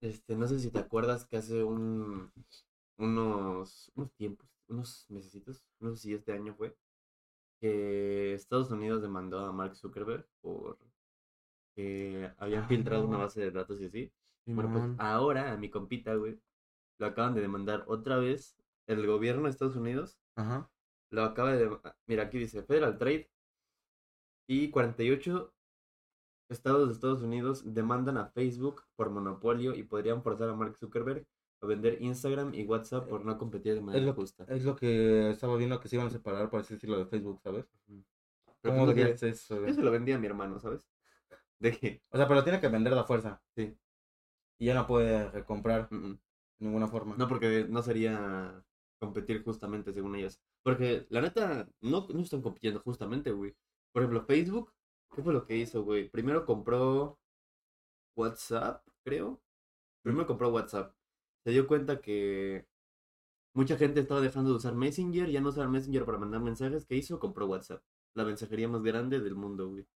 Speaker 2: Este, no sé si te acuerdas que hace un unos unos tiempos, unos mesecitos, no sé si este año fue, que Estados Unidos demandó a Mark Zuckerberg por que habían filtrado una
Speaker 1: Ah.
Speaker 2: base de datos y así. Bueno, pues
Speaker 1: Simón.
Speaker 2: ahora a mi compita, güey, lo acaban de demandar otra vez. El gobierno de Estados Unidos
Speaker 1: Ajá.
Speaker 2: lo acaba de... dem- ah, Mira, aquí dice Federal Trade y 48 estados de Estados Unidos demandan a Facebook por monopolio y podrían forzar a Mark Zuckerberg a vender Instagram y WhatsApp por no competir de manera
Speaker 1: lo-
Speaker 2: justa.
Speaker 1: Es lo que estaba viendo que se iban a separar, por así decirlo, de Facebook, ¿sabes?
Speaker 2: Pero
Speaker 1: ¿Cómo
Speaker 2: pues, lo que-
Speaker 1: veías eso? güey?
Speaker 2: Yo se lo vendí a mi hermano, ¿sabes? De que...
Speaker 1: O sea, pero lo tiene que vender la fuerza.
Speaker 2: Sí.
Speaker 1: Y ya no puede recomprar.
Speaker 2: mm, mm.
Speaker 1: de ninguna forma.
Speaker 2: No, porque no sería competir justamente según ellas. Porque la neta, no, no están compitiendo justamente, güey. Por ejemplo, Facebook, ¿qué fue lo que hizo, güey? Primero compró WhatsApp, creo. Primero compró WhatsApp. Se dio cuenta que mucha gente estaba dejando de usar Messenger, ya no usaba Messenger para mandar mensajes. ¿Qué hizo? Compró WhatsApp. La mensajería más grande del mundo, güey.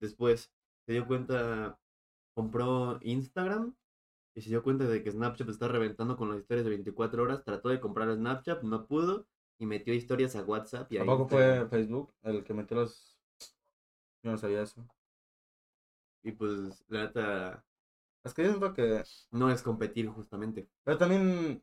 Speaker 2: Después se dio cuenta, compró Instagram y se dio cuenta de que Snapchat está reventando con las historias de 24 horas. Trató de comprar Snapchat, no pudo y metió historias a WhatsApp. Y a
Speaker 1: Tampoco
Speaker 2: Instagram.
Speaker 1: fue Facebook el que metió los. Yo no sabía eso.
Speaker 2: Y pues, la neta,
Speaker 1: Es que yo siento que.
Speaker 2: no es competir justamente.
Speaker 1: Pero también.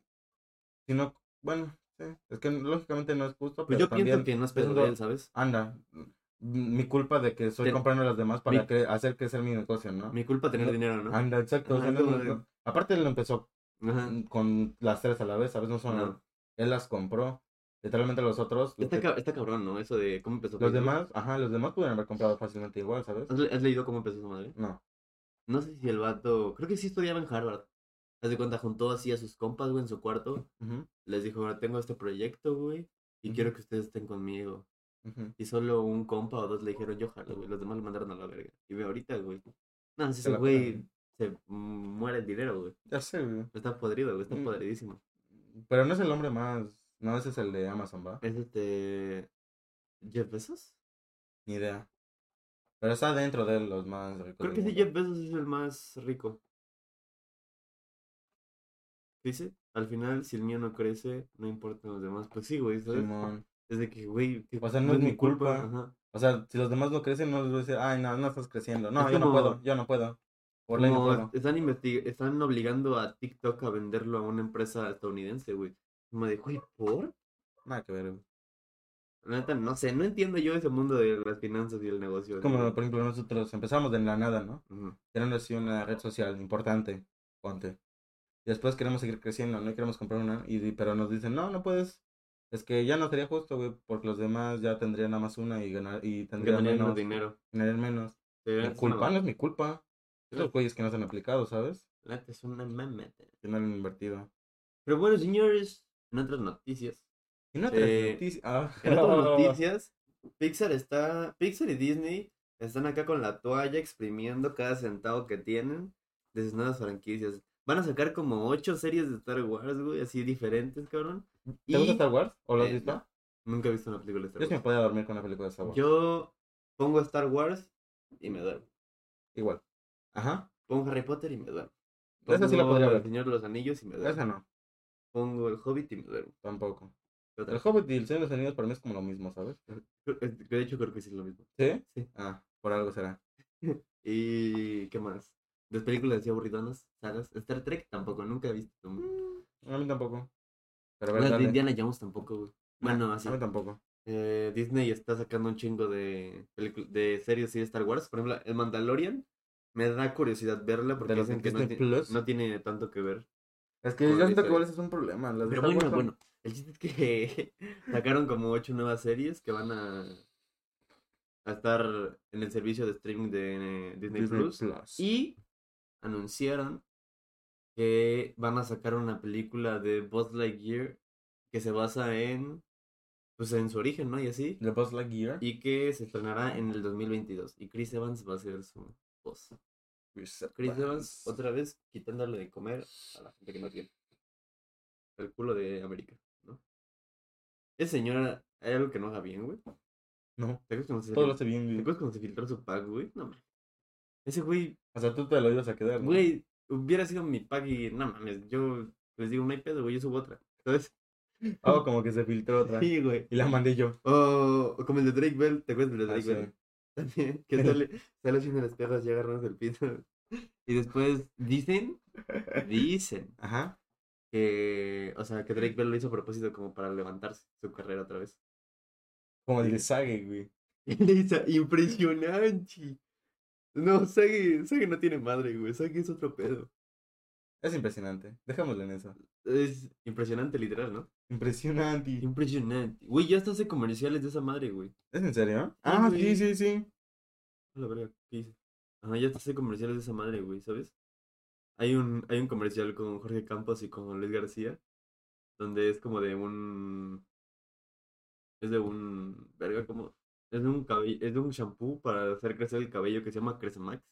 Speaker 1: Si no. Bueno, sí. Es que lógicamente no es justo.
Speaker 2: Pues
Speaker 1: pero
Speaker 2: yo pienso
Speaker 1: también
Speaker 2: que no es
Speaker 1: siento-
Speaker 2: pedorreal, ¿sabes?
Speaker 1: Anda. m- Mi culpa de que estoy
Speaker 2: Ten-
Speaker 1: comprando a las demás para
Speaker 2: mi-
Speaker 1: cre- hacer crecer mi negocio, ¿no?
Speaker 2: Mi culpa tener
Speaker 1: No.
Speaker 2: dinero, ¿no?
Speaker 1: Anda, exacto. o
Speaker 2: Ajá,
Speaker 1: sea,
Speaker 2: es
Speaker 1: no-
Speaker 2: como
Speaker 1: no-
Speaker 2: de-
Speaker 1: no. Aparte él empezó
Speaker 2: Ajá.
Speaker 1: con las tres a la vez, ¿sabes? No son.
Speaker 2: No.
Speaker 1: Él las compró. Literalmente los otros. lo
Speaker 2: Está,
Speaker 1: que-
Speaker 2: cab- está cabrón, ¿no? Eso de cómo empezó
Speaker 1: los
Speaker 2: Facebook.
Speaker 1: demás, ajá, los demás pudieron haber comprado fácilmente igual, ¿sabes?
Speaker 2: ¿Has, le- has leído cómo empezó su madre?
Speaker 1: No.
Speaker 2: No sé si el vato. Creo que sí estudiaba en Harvard. Haz de cuenta, juntó así a sus compas, güey, en su cuarto.
Speaker 1: Ujú,
Speaker 2: Les dijo, "Ahora tengo este proyecto, güey. Y
Speaker 1: Ujú.
Speaker 2: quiero que ustedes estén conmigo.
Speaker 1: ujú.
Speaker 2: Y solo un compa o dos le dijeron, yo jalo, güey. Los demás lo mandaron a la verga. Y ve ahorita, güey. No, si
Speaker 1: Qué
Speaker 2: ese
Speaker 1: locura,
Speaker 2: güey
Speaker 1: güey.
Speaker 2: se mm, muere el dinero, güey.
Speaker 1: Ya sé, güey.
Speaker 2: Está podrido, güey. Está
Speaker 1: Mm.
Speaker 2: podridísimo.
Speaker 1: Pero no es el hombre más. No, ese es el de Amazon, ¿va?
Speaker 2: Es este. Jeff Bezos.
Speaker 1: Ni idea. Pero está dentro de los más ricos.
Speaker 2: Creo
Speaker 1: del
Speaker 2: que sí,
Speaker 1: mundo.
Speaker 2: Jeff Bezos es el más rico. Dice, al final, si el mío no crece, no importan los demás. Pues sí, güey, ¿sabes?
Speaker 1: Simón.
Speaker 2: Es de que, güey, que
Speaker 1: O sea, no es mi culpa.
Speaker 2: Ajá.
Speaker 1: O sea, si los demás no crecen, no les voy a decir, ay, no, no estás creciendo. No,
Speaker 2: Es
Speaker 1: yo no
Speaker 2: como-
Speaker 1: puedo, yo no puedo. Por ley no
Speaker 2: Como este
Speaker 1: puedo.
Speaker 2: están, investig- están obligando a TikTok a venderlo a una empresa estadounidense, güey. Me dijo, güey, ¿por?
Speaker 1: Nada que ver, güey.
Speaker 2: La neta, no sé, no entiendo yo ese mundo de las finanzas y el negocio.
Speaker 1: Es como,
Speaker 2: güey.
Speaker 1: por ejemplo, nosotros empezamos de la nada, ¿no?
Speaker 2: Ujú.
Speaker 1: Teniendo así una red social importante, ponte. Y después queremos seguir creciendo, ¿no? Y queremos comprar una, y, y- pero nos dicen, no, no puedes. Es que ya no sería justo, güey, porque los demás ya tendrían nada más una y, ganar, y tendrían
Speaker 2: Ganarían
Speaker 1: menos.
Speaker 2: más dinero.
Speaker 1: Ganarían menos.
Speaker 2: Sí,
Speaker 1: Mi
Speaker 2: es una
Speaker 1: culpa,
Speaker 2: mam-
Speaker 1: no es mi culpa.
Speaker 2: Sí.
Speaker 1: Esos güeyes que no se han aplicado, ¿sabes?
Speaker 2: La neta, es una mamata.
Speaker 1: Que no han invertido.
Speaker 2: Pero bueno, señores, en otras noticias.
Speaker 1: Y no otras
Speaker 2: Eh,
Speaker 1: noticias. ah,
Speaker 2: En otras
Speaker 1: no.
Speaker 2: noticias, Pixar está. Pixar y Disney están acá con la toalla exprimiendo cada centavo que tienen de sus nuevas franquicias. Van a sacar como ocho series de Star Wars, güey, así diferentes, cabrón.
Speaker 1: ¿Te gusta
Speaker 2: Y-
Speaker 1: Star Wars? ¿O lo has
Speaker 2: Eh,
Speaker 1: visto?
Speaker 2: no. Nunca he visto una película de Star
Speaker 1: Yo sí me
Speaker 2: Wars.
Speaker 1: podía dormir con la película de Star Wars.
Speaker 2: Yo pongo Star Wars y me duermo.
Speaker 1: Igual. Ajá.
Speaker 2: Pongo Harry Potter y me duermo.
Speaker 1: Esa sí la
Speaker 2: Pongo
Speaker 1: podría
Speaker 2: El
Speaker 1: ver.
Speaker 2: Señor de los Anillos y me duermo.
Speaker 1: Esa no,
Speaker 2: Pongo El Hobbit y me duermo.
Speaker 1: tampoco.
Speaker 2: ¿Qué otra?
Speaker 1: El Hobbit y el Señor de los Anillos para mí es como lo mismo, ¿sabes?
Speaker 2: eh, De hecho, creo que sí es lo mismo.
Speaker 1: ¿Sí?
Speaker 2: Sí.
Speaker 1: Ah, por algo será.
Speaker 2: ¿Y qué más? ¿De películas así aburridonas? ¿Sagas? Star Trek tampoco, nunca he visto.
Speaker 1: A mí tampoco. Pero a ver,
Speaker 2: Las de
Speaker 1: Mm, dale.
Speaker 2: Indiana Jones tampoco, güey. Bueno, así.
Speaker 1: A mí tampoco.
Speaker 2: Eh, Disney está sacando un chingo de, pelicu- de series y de Star Wars. Por ejemplo, El Mandalorian me da curiosidad verla porque
Speaker 1: ¿De las
Speaker 2: dicen
Speaker 1: de
Speaker 2: que no,
Speaker 1: Disney
Speaker 2: ti-
Speaker 1: Plus?
Speaker 2: no tiene tanto que ver.
Speaker 1: Es que
Speaker 2: Con
Speaker 1: yo
Speaker 2: la
Speaker 1: siento que
Speaker 2: historia.
Speaker 1: igual ese es un problema. Las de
Speaker 2: Pero
Speaker 1: Star
Speaker 2: bueno,
Speaker 1: Wars son-
Speaker 2: bueno. El chiste es que sacaron como ocho nuevas series que van a, a estar en el servicio de streaming de eh, Disney,
Speaker 1: Disney
Speaker 2: Plus.
Speaker 1: Plus.
Speaker 2: Y anunciaron que van a sacar una película de Buzz Lightyear que se basa en, pues en su origen, ¿no? Y así.
Speaker 1: The Buzz Lightyear.
Speaker 2: Y que se estrenará en el 2022. Y Chris Evans va a ser su voz. Chris
Speaker 1: Pues,
Speaker 2: Evans, otra vez, quitándole de comer a la gente que no tiene. El culo de América, ¿no? Ese señor, hay algo que no haga bien, güey.
Speaker 1: No,
Speaker 2: ¿Te acuerdas cuando se,
Speaker 1: todo lo
Speaker 2: fil-
Speaker 1: hace
Speaker 2: ¿Te
Speaker 1: bien. güey.
Speaker 2: acuerdas cuando se filtró su pack, güey? No mames. Ese güey
Speaker 1: O sea, tú te lo ibas a quedar. ¿no?
Speaker 2: Güey, hubiera sido mi pack y no mames, yo les digo, no hay pedo, güey, yo subo otra. Entonces,
Speaker 1: Ah, como que se filtró otra.
Speaker 2: sí, güey.
Speaker 1: Y la mandé yo.
Speaker 2: O o como el de Drake Bell, ¿te acuerdas del de
Speaker 1: Ah,
Speaker 2: Drake
Speaker 1: sí.
Speaker 2: Bell? También, que sale, sale haciendo las perras y agarramos el piso. Y después dicen, dicen
Speaker 1: Ajá.
Speaker 2: que, o sea, que Drake Bell lo hizo a propósito como para levantarse su carrera otra vez.
Speaker 1: Como el de Sage, güey.
Speaker 2: Y le dice, impresionante. No, Sagi, Sagi no tiene madre, güey, Sagi es otro pedo.
Speaker 1: Es impresionante. Dejémoslo en eso.
Speaker 2: Es impresionante, literal, ¿no?
Speaker 1: Impresionante.
Speaker 2: Impresionante. Güey, ya hasta hace comerciales de esa madre, güey.
Speaker 1: ¿Es en serio? Ah,
Speaker 2: güey.
Speaker 1: sí, sí, sí.
Speaker 2: A la verga, ¿qué hice? Ajá, ya hasta hace comerciales de esa madre, güey, ¿sabes? Hay un, hay un comercial con Jorge Campos y con Luis García, donde es como de un... Es de un... Verga, como... Es de un cabello, es de un shampoo para hacer crecer el cabello que se llama Crece Max.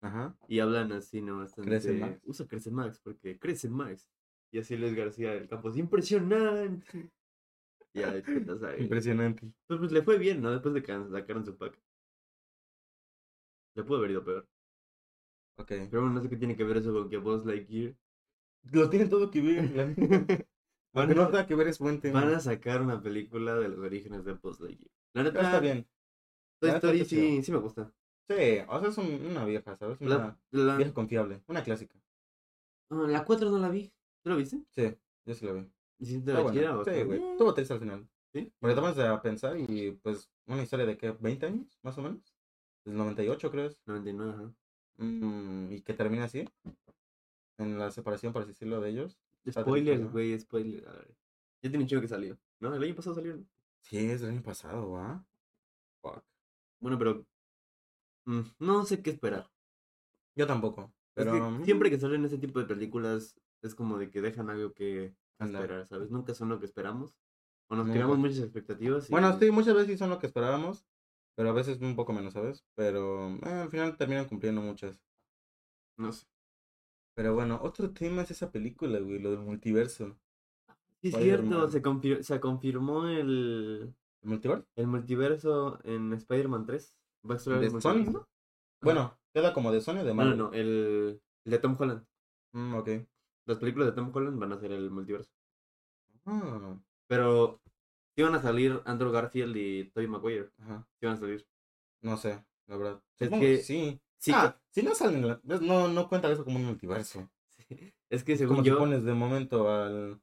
Speaker 1: Ajá.
Speaker 2: Y hablan así, ¿no? Bastante.
Speaker 1: Crece Max.
Speaker 2: Usa Crece Max porque Crece Max. Y así Luis García del Campos. ¡Impresionante! ya, es que no sabe.
Speaker 1: Impresionante.
Speaker 2: Pues, pues, le fue bien, ¿no? Después de que sacaron su pack. Le pudo haber ido peor.
Speaker 1: Ok.
Speaker 2: Pero bueno, no sé qué tiene que ver eso con que Buzz Lightyear.
Speaker 1: Lo tiene todo que ver. la neta. Lo que no tenga que ver es buen tema.
Speaker 2: Van a sacar una película de los orígenes de Buzz Lightyear. La
Speaker 1: Pero Ah, está
Speaker 2: neta,
Speaker 1: bien.
Speaker 2: Toy
Speaker 1: La neta
Speaker 2: Story
Speaker 1: está chido.
Speaker 2: sí, sí me gusta.
Speaker 1: Sí, o sea, es un- una vieja, ¿sabes? Una
Speaker 2: La, la,
Speaker 1: vieja confiable. Una clásica.
Speaker 2: ah, la 4 no la vi. ¿Tú la viste?
Speaker 1: Sí, yo sí la vi.
Speaker 2: ¿Y si te
Speaker 1: Está
Speaker 2: la
Speaker 1: buena.
Speaker 2: quiera o
Speaker 1: Sí,
Speaker 2: está-
Speaker 1: güey.
Speaker 2: Mm,
Speaker 1: Estuvo triste al final.
Speaker 2: ¿Sí?
Speaker 1: Porque te pones a pensar y pues una historia de qué, 20 años, más o menos. Del 98 creo es.
Speaker 2: 99, ajá.
Speaker 1: Mm, y que termina así. En la separación, por así decirlo, de ellos. Está triste,
Speaker 2: Spoilers,
Speaker 1: ¿no?
Speaker 2: güey, spoilers. A ver. Ya tiene un chico que salió. No, el año pasado salió. ¿no?
Speaker 1: Sí, es del año pasado, ¿ah? ¿va? Fuck.
Speaker 2: Bueno, pero. mm, no sé qué esperar.
Speaker 1: Yo tampoco.
Speaker 2: Es que
Speaker 1: Pero mm,
Speaker 2: siempre que salen ese tipo de películas, es como de que dejan algo que
Speaker 1: anda.
Speaker 2: esperar, ¿sabes? Nunca son lo que esperamos. O nos
Speaker 1: Nunca.
Speaker 2: creamos muchas expectativas. y-
Speaker 1: Bueno, sí, muchas veces sí son lo que esperábamos. Pero a veces un poco menos, ¿sabes? Pero eh, al final terminan cumpliendo muchas.
Speaker 2: No sé.
Speaker 1: Pero bueno, otro tema es esa película, güey, lo del multiverso.
Speaker 2: Sí, es
Speaker 1: Spider-Man.
Speaker 2: cierto, se, confir- se confirmó el,
Speaker 1: ¿El multiverso?
Speaker 2: el multiverso en Spider-Man 3. Va a explorar
Speaker 1: ¿De
Speaker 2: el
Speaker 1: Sony,
Speaker 2: multiverso.
Speaker 1: no? Bueno, queda como de Sony o de
Speaker 2: No, no,
Speaker 1: Marvel.
Speaker 2: no, el, el de Tom Holland.
Speaker 1: Mm, ok.
Speaker 2: Las películas de Tom Holland van a ser el multiverso.
Speaker 1: Ah,
Speaker 2: Pero sí van a salir Andrew Garfield y Tobey Maguire.
Speaker 1: ajá.
Speaker 2: Sí van a salir.
Speaker 1: No sé, la verdad.
Speaker 2: Es
Speaker 1: Supongo
Speaker 2: que-
Speaker 1: que sí.
Speaker 2: Sí,
Speaker 1: Ah, si no salen, la- ves, no, no cuenta eso como un multiverso.
Speaker 2: es que según
Speaker 1: Como si
Speaker 2: yo,
Speaker 1: pones de momento al.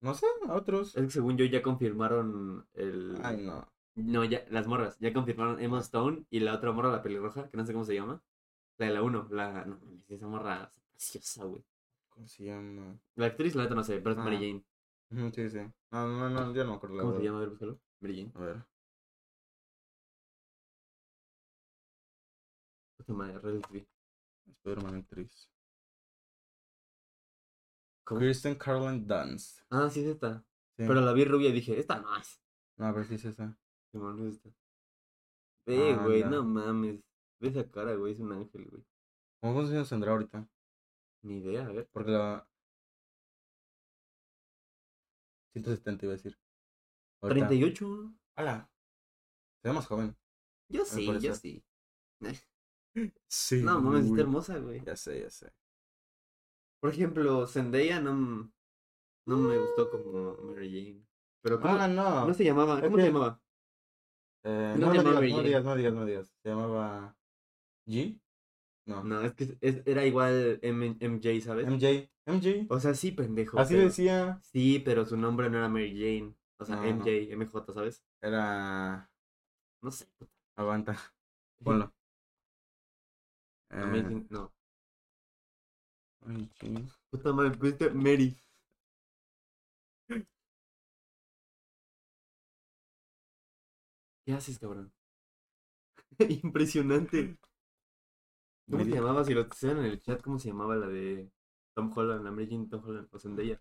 Speaker 1: No sé, a otros.
Speaker 2: es que según yo ya confirmaron el...
Speaker 1: Ay, no.
Speaker 2: No, ya, las morras. Ya confirmaron Emma Stone y la otra morra, la pelirroja, que no sé cómo se llama. La de la 1. La... No, mames, esa morra es preciosa, güey.
Speaker 1: ¿Cómo se llama?
Speaker 2: La actriz, la otra no sé, pero es Mary
Speaker 1: Ah,
Speaker 2: Jane.
Speaker 1: Ujú, Sí, sí. No, no, no, yo no me acuerdo la
Speaker 2: ¿Cómo se
Speaker 1: verdad.
Speaker 2: llama? A ver, búscalo. Mary Jane.
Speaker 1: A ver.
Speaker 2: Puta madre, Red Tree.
Speaker 1: Spider-Man actriz.
Speaker 2: ¿Cómo?
Speaker 1: Kristen Carlin Dunst.
Speaker 2: Ah, sí es esta.
Speaker 1: Sí.
Speaker 2: Pero la vi rubia y dije, esta no es.
Speaker 1: No, a ver si es esa.
Speaker 2: Simón, no es esta. Ve,
Speaker 1: Ah,
Speaker 2: güey,
Speaker 1: anda.
Speaker 2: no mames. Ve esa cara, güey, es un ángel, güey.
Speaker 1: ¿Cómo funciona Sandra ahorita?
Speaker 2: Ni idea, a ver.
Speaker 1: Porque la. 170 iba a decir. Ahorita.
Speaker 2: 38, ¿no?
Speaker 1: ¡Hala! Se ve más joven.
Speaker 2: Yo sí, yo
Speaker 1: parecer.
Speaker 2: sí.
Speaker 1: Ah, Sí.
Speaker 2: No mames, está hermosa, güey.
Speaker 1: Ya sé, ya sé.
Speaker 2: Por ejemplo, Zendaya no, m- no me gustó como Mary Jane. Pero ¿cómo?
Speaker 1: Ah, no.
Speaker 2: no se llamaba.
Speaker 1: Es
Speaker 2: ¿Cómo se
Speaker 1: que-
Speaker 2: llamaba?
Speaker 1: Eh,
Speaker 2: no
Speaker 1: no,
Speaker 2: se
Speaker 1: no,
Speaker 2: llamaba
Speaker 1: digas, no
Speaker 2: Jane.
Speaker 1: digas, no digas, no digas. ¿Se llamaba. G? No.
Speaker 2: No, es que es- era igual M- MJ, ¿sabes?
Speaker 1: MJ. MJ.
Speaker 2: O sea, sí, pendejo.
Speaker 1: Así
Speaker 2: pero-
Speaker 1: decía. Ah,
Speaker 2: Sí, pero su nombre no era Mary Jane. O sea,
Speaker 1: No.
Speaker 2: MJ, MJ, ¿sabes?
Speaker 1: Era.
Speaker 2: No sé.
Speaker 1: Aguanta. Ponlo. Eh,
Speaker 2: Amazing, no.
Speaker 1: ay, sí.
Speaker 2: Puta madre, pusiste Mary. ¿Qué haces, cabrón? Impresionante. ¿Cómo se
Speaker 1: Medio-
Speaker 2: llamaba? Si lo que sean en el chat, ¿cómo se llamaba la de Tom Holland, la Mary Jane Tom Holland o Zendaya?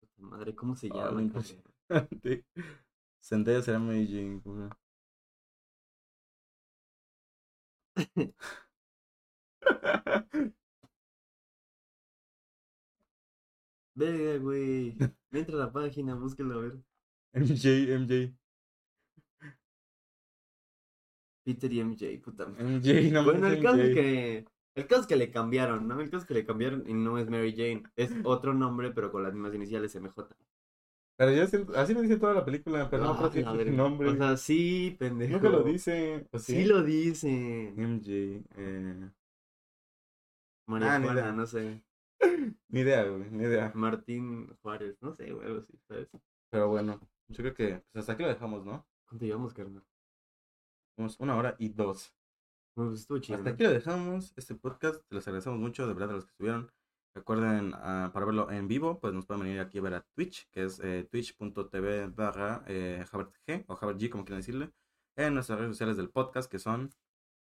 Speaker 2: Puta Madre, ¿cómo se
Speaker 1: Ah,
Speaker 2: llama?
Speaker 1: la
Speaker 2: cabrón?
Speaker 1: impresión. Sí. Zendaya será Mary Jane. pues, ¿cómo era?
Speaker 2: Verga, güey. Entra a la página, búsquenla a ver.
Speaker 1: MJ, MJ.
Speaker 2: Peter y MJ, puta madre.
Speaker 1: MJ, no
Speaker 2: Bueno,
Speaker 1: mames,
Speaker 2: el caso
Speaker 1: MJ.
Speaker 2: es que. El caso es que le cambiaron, ¿no? El caso es que le cambiaron y no es Mary Jane. Es otro nombre, pero con las mismas iniciales MJ.
Speaker 1: Pero ya se- así lo dice toda la película, pero no
Speaker 2: Ah,
Speaker 1: creo que
Speaker 2: la
Speaker 1: es
Speaker 2: verga.
Speaker 1: su nombre.
Speaker 2: O sea, sí, pendejo.
Speaker 1: Nunca lo ¿eh? dice. ¿o
Speaker 2: Sí lo dicen.
Speaker 1: MJ. Eh...
Speaker 2: María
Speaker 1: Ah, ni
Speaker 2: Juana,
Speaker 1: idea.
Speaker 2: no sé.
Speaker 1: Ni idea, güey, ni idea.
Speaker 2: Martín Juárez, no sé, güey, algo así, ¿sabes?
Speaker 1: Pero bueno, yo creo que pues, hasta aquí lo dejamos, ¿no?
Speaker 2: ¿Cuánto llevamos, carnal?
Speaker 1: Vamos una hora y dos.
Speaker 2: Bueno, pues estuvo chido.
Speaker 1: Hasta
Speaker 2: ¿no?
Speaker 1: aquí lo dejamos, este podcast. Les agradecemos mucho, de verdad, a los que estuvieron. Recuerden, ah, para verlo en vivo, pues nos pueden venir aquí a ver a Twitch, que es eh, twitch.tv barra eh, Javert G, o Javert G, como quieran decirle, en nuestras redes sociales del podcast, que son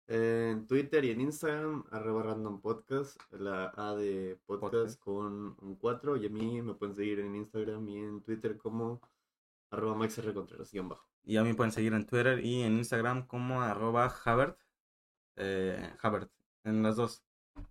Speaker 2: Eh, En Twitter y en Instagram, arroba random podcast, la A de podcast,
Speaker 1: Podcast.
Speaker 2: con un 4. Y a mí me pueden seguir en Instagram y en Twitter como arroba maxr contreras guión bajo.
Speaker 1: Y a mí me pueden seguir en Twitter y en Instagram como arroba Habert. eh, Habert, en las dos.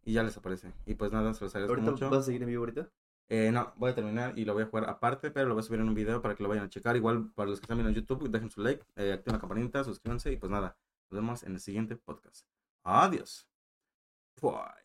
Speaker 1: Y ya les aparece. Y pues nada, se los agradezco
Speaker 2: ¿Ahorita
Speaker 1: mucho.
Speaker 2: vas a seguir en vivo ahorita?
Speaker 1: Eh, no, voy a terminar y lo voy a jugar aparte, pero lo voy a subir en un video para que lo vayan a checar. Igual para los que están viendo en YouTube, dejen su like, eh, activen la campanita, suscríbanse y pues nada, nos vemos en el siguiente podcast. Adiós. Bye.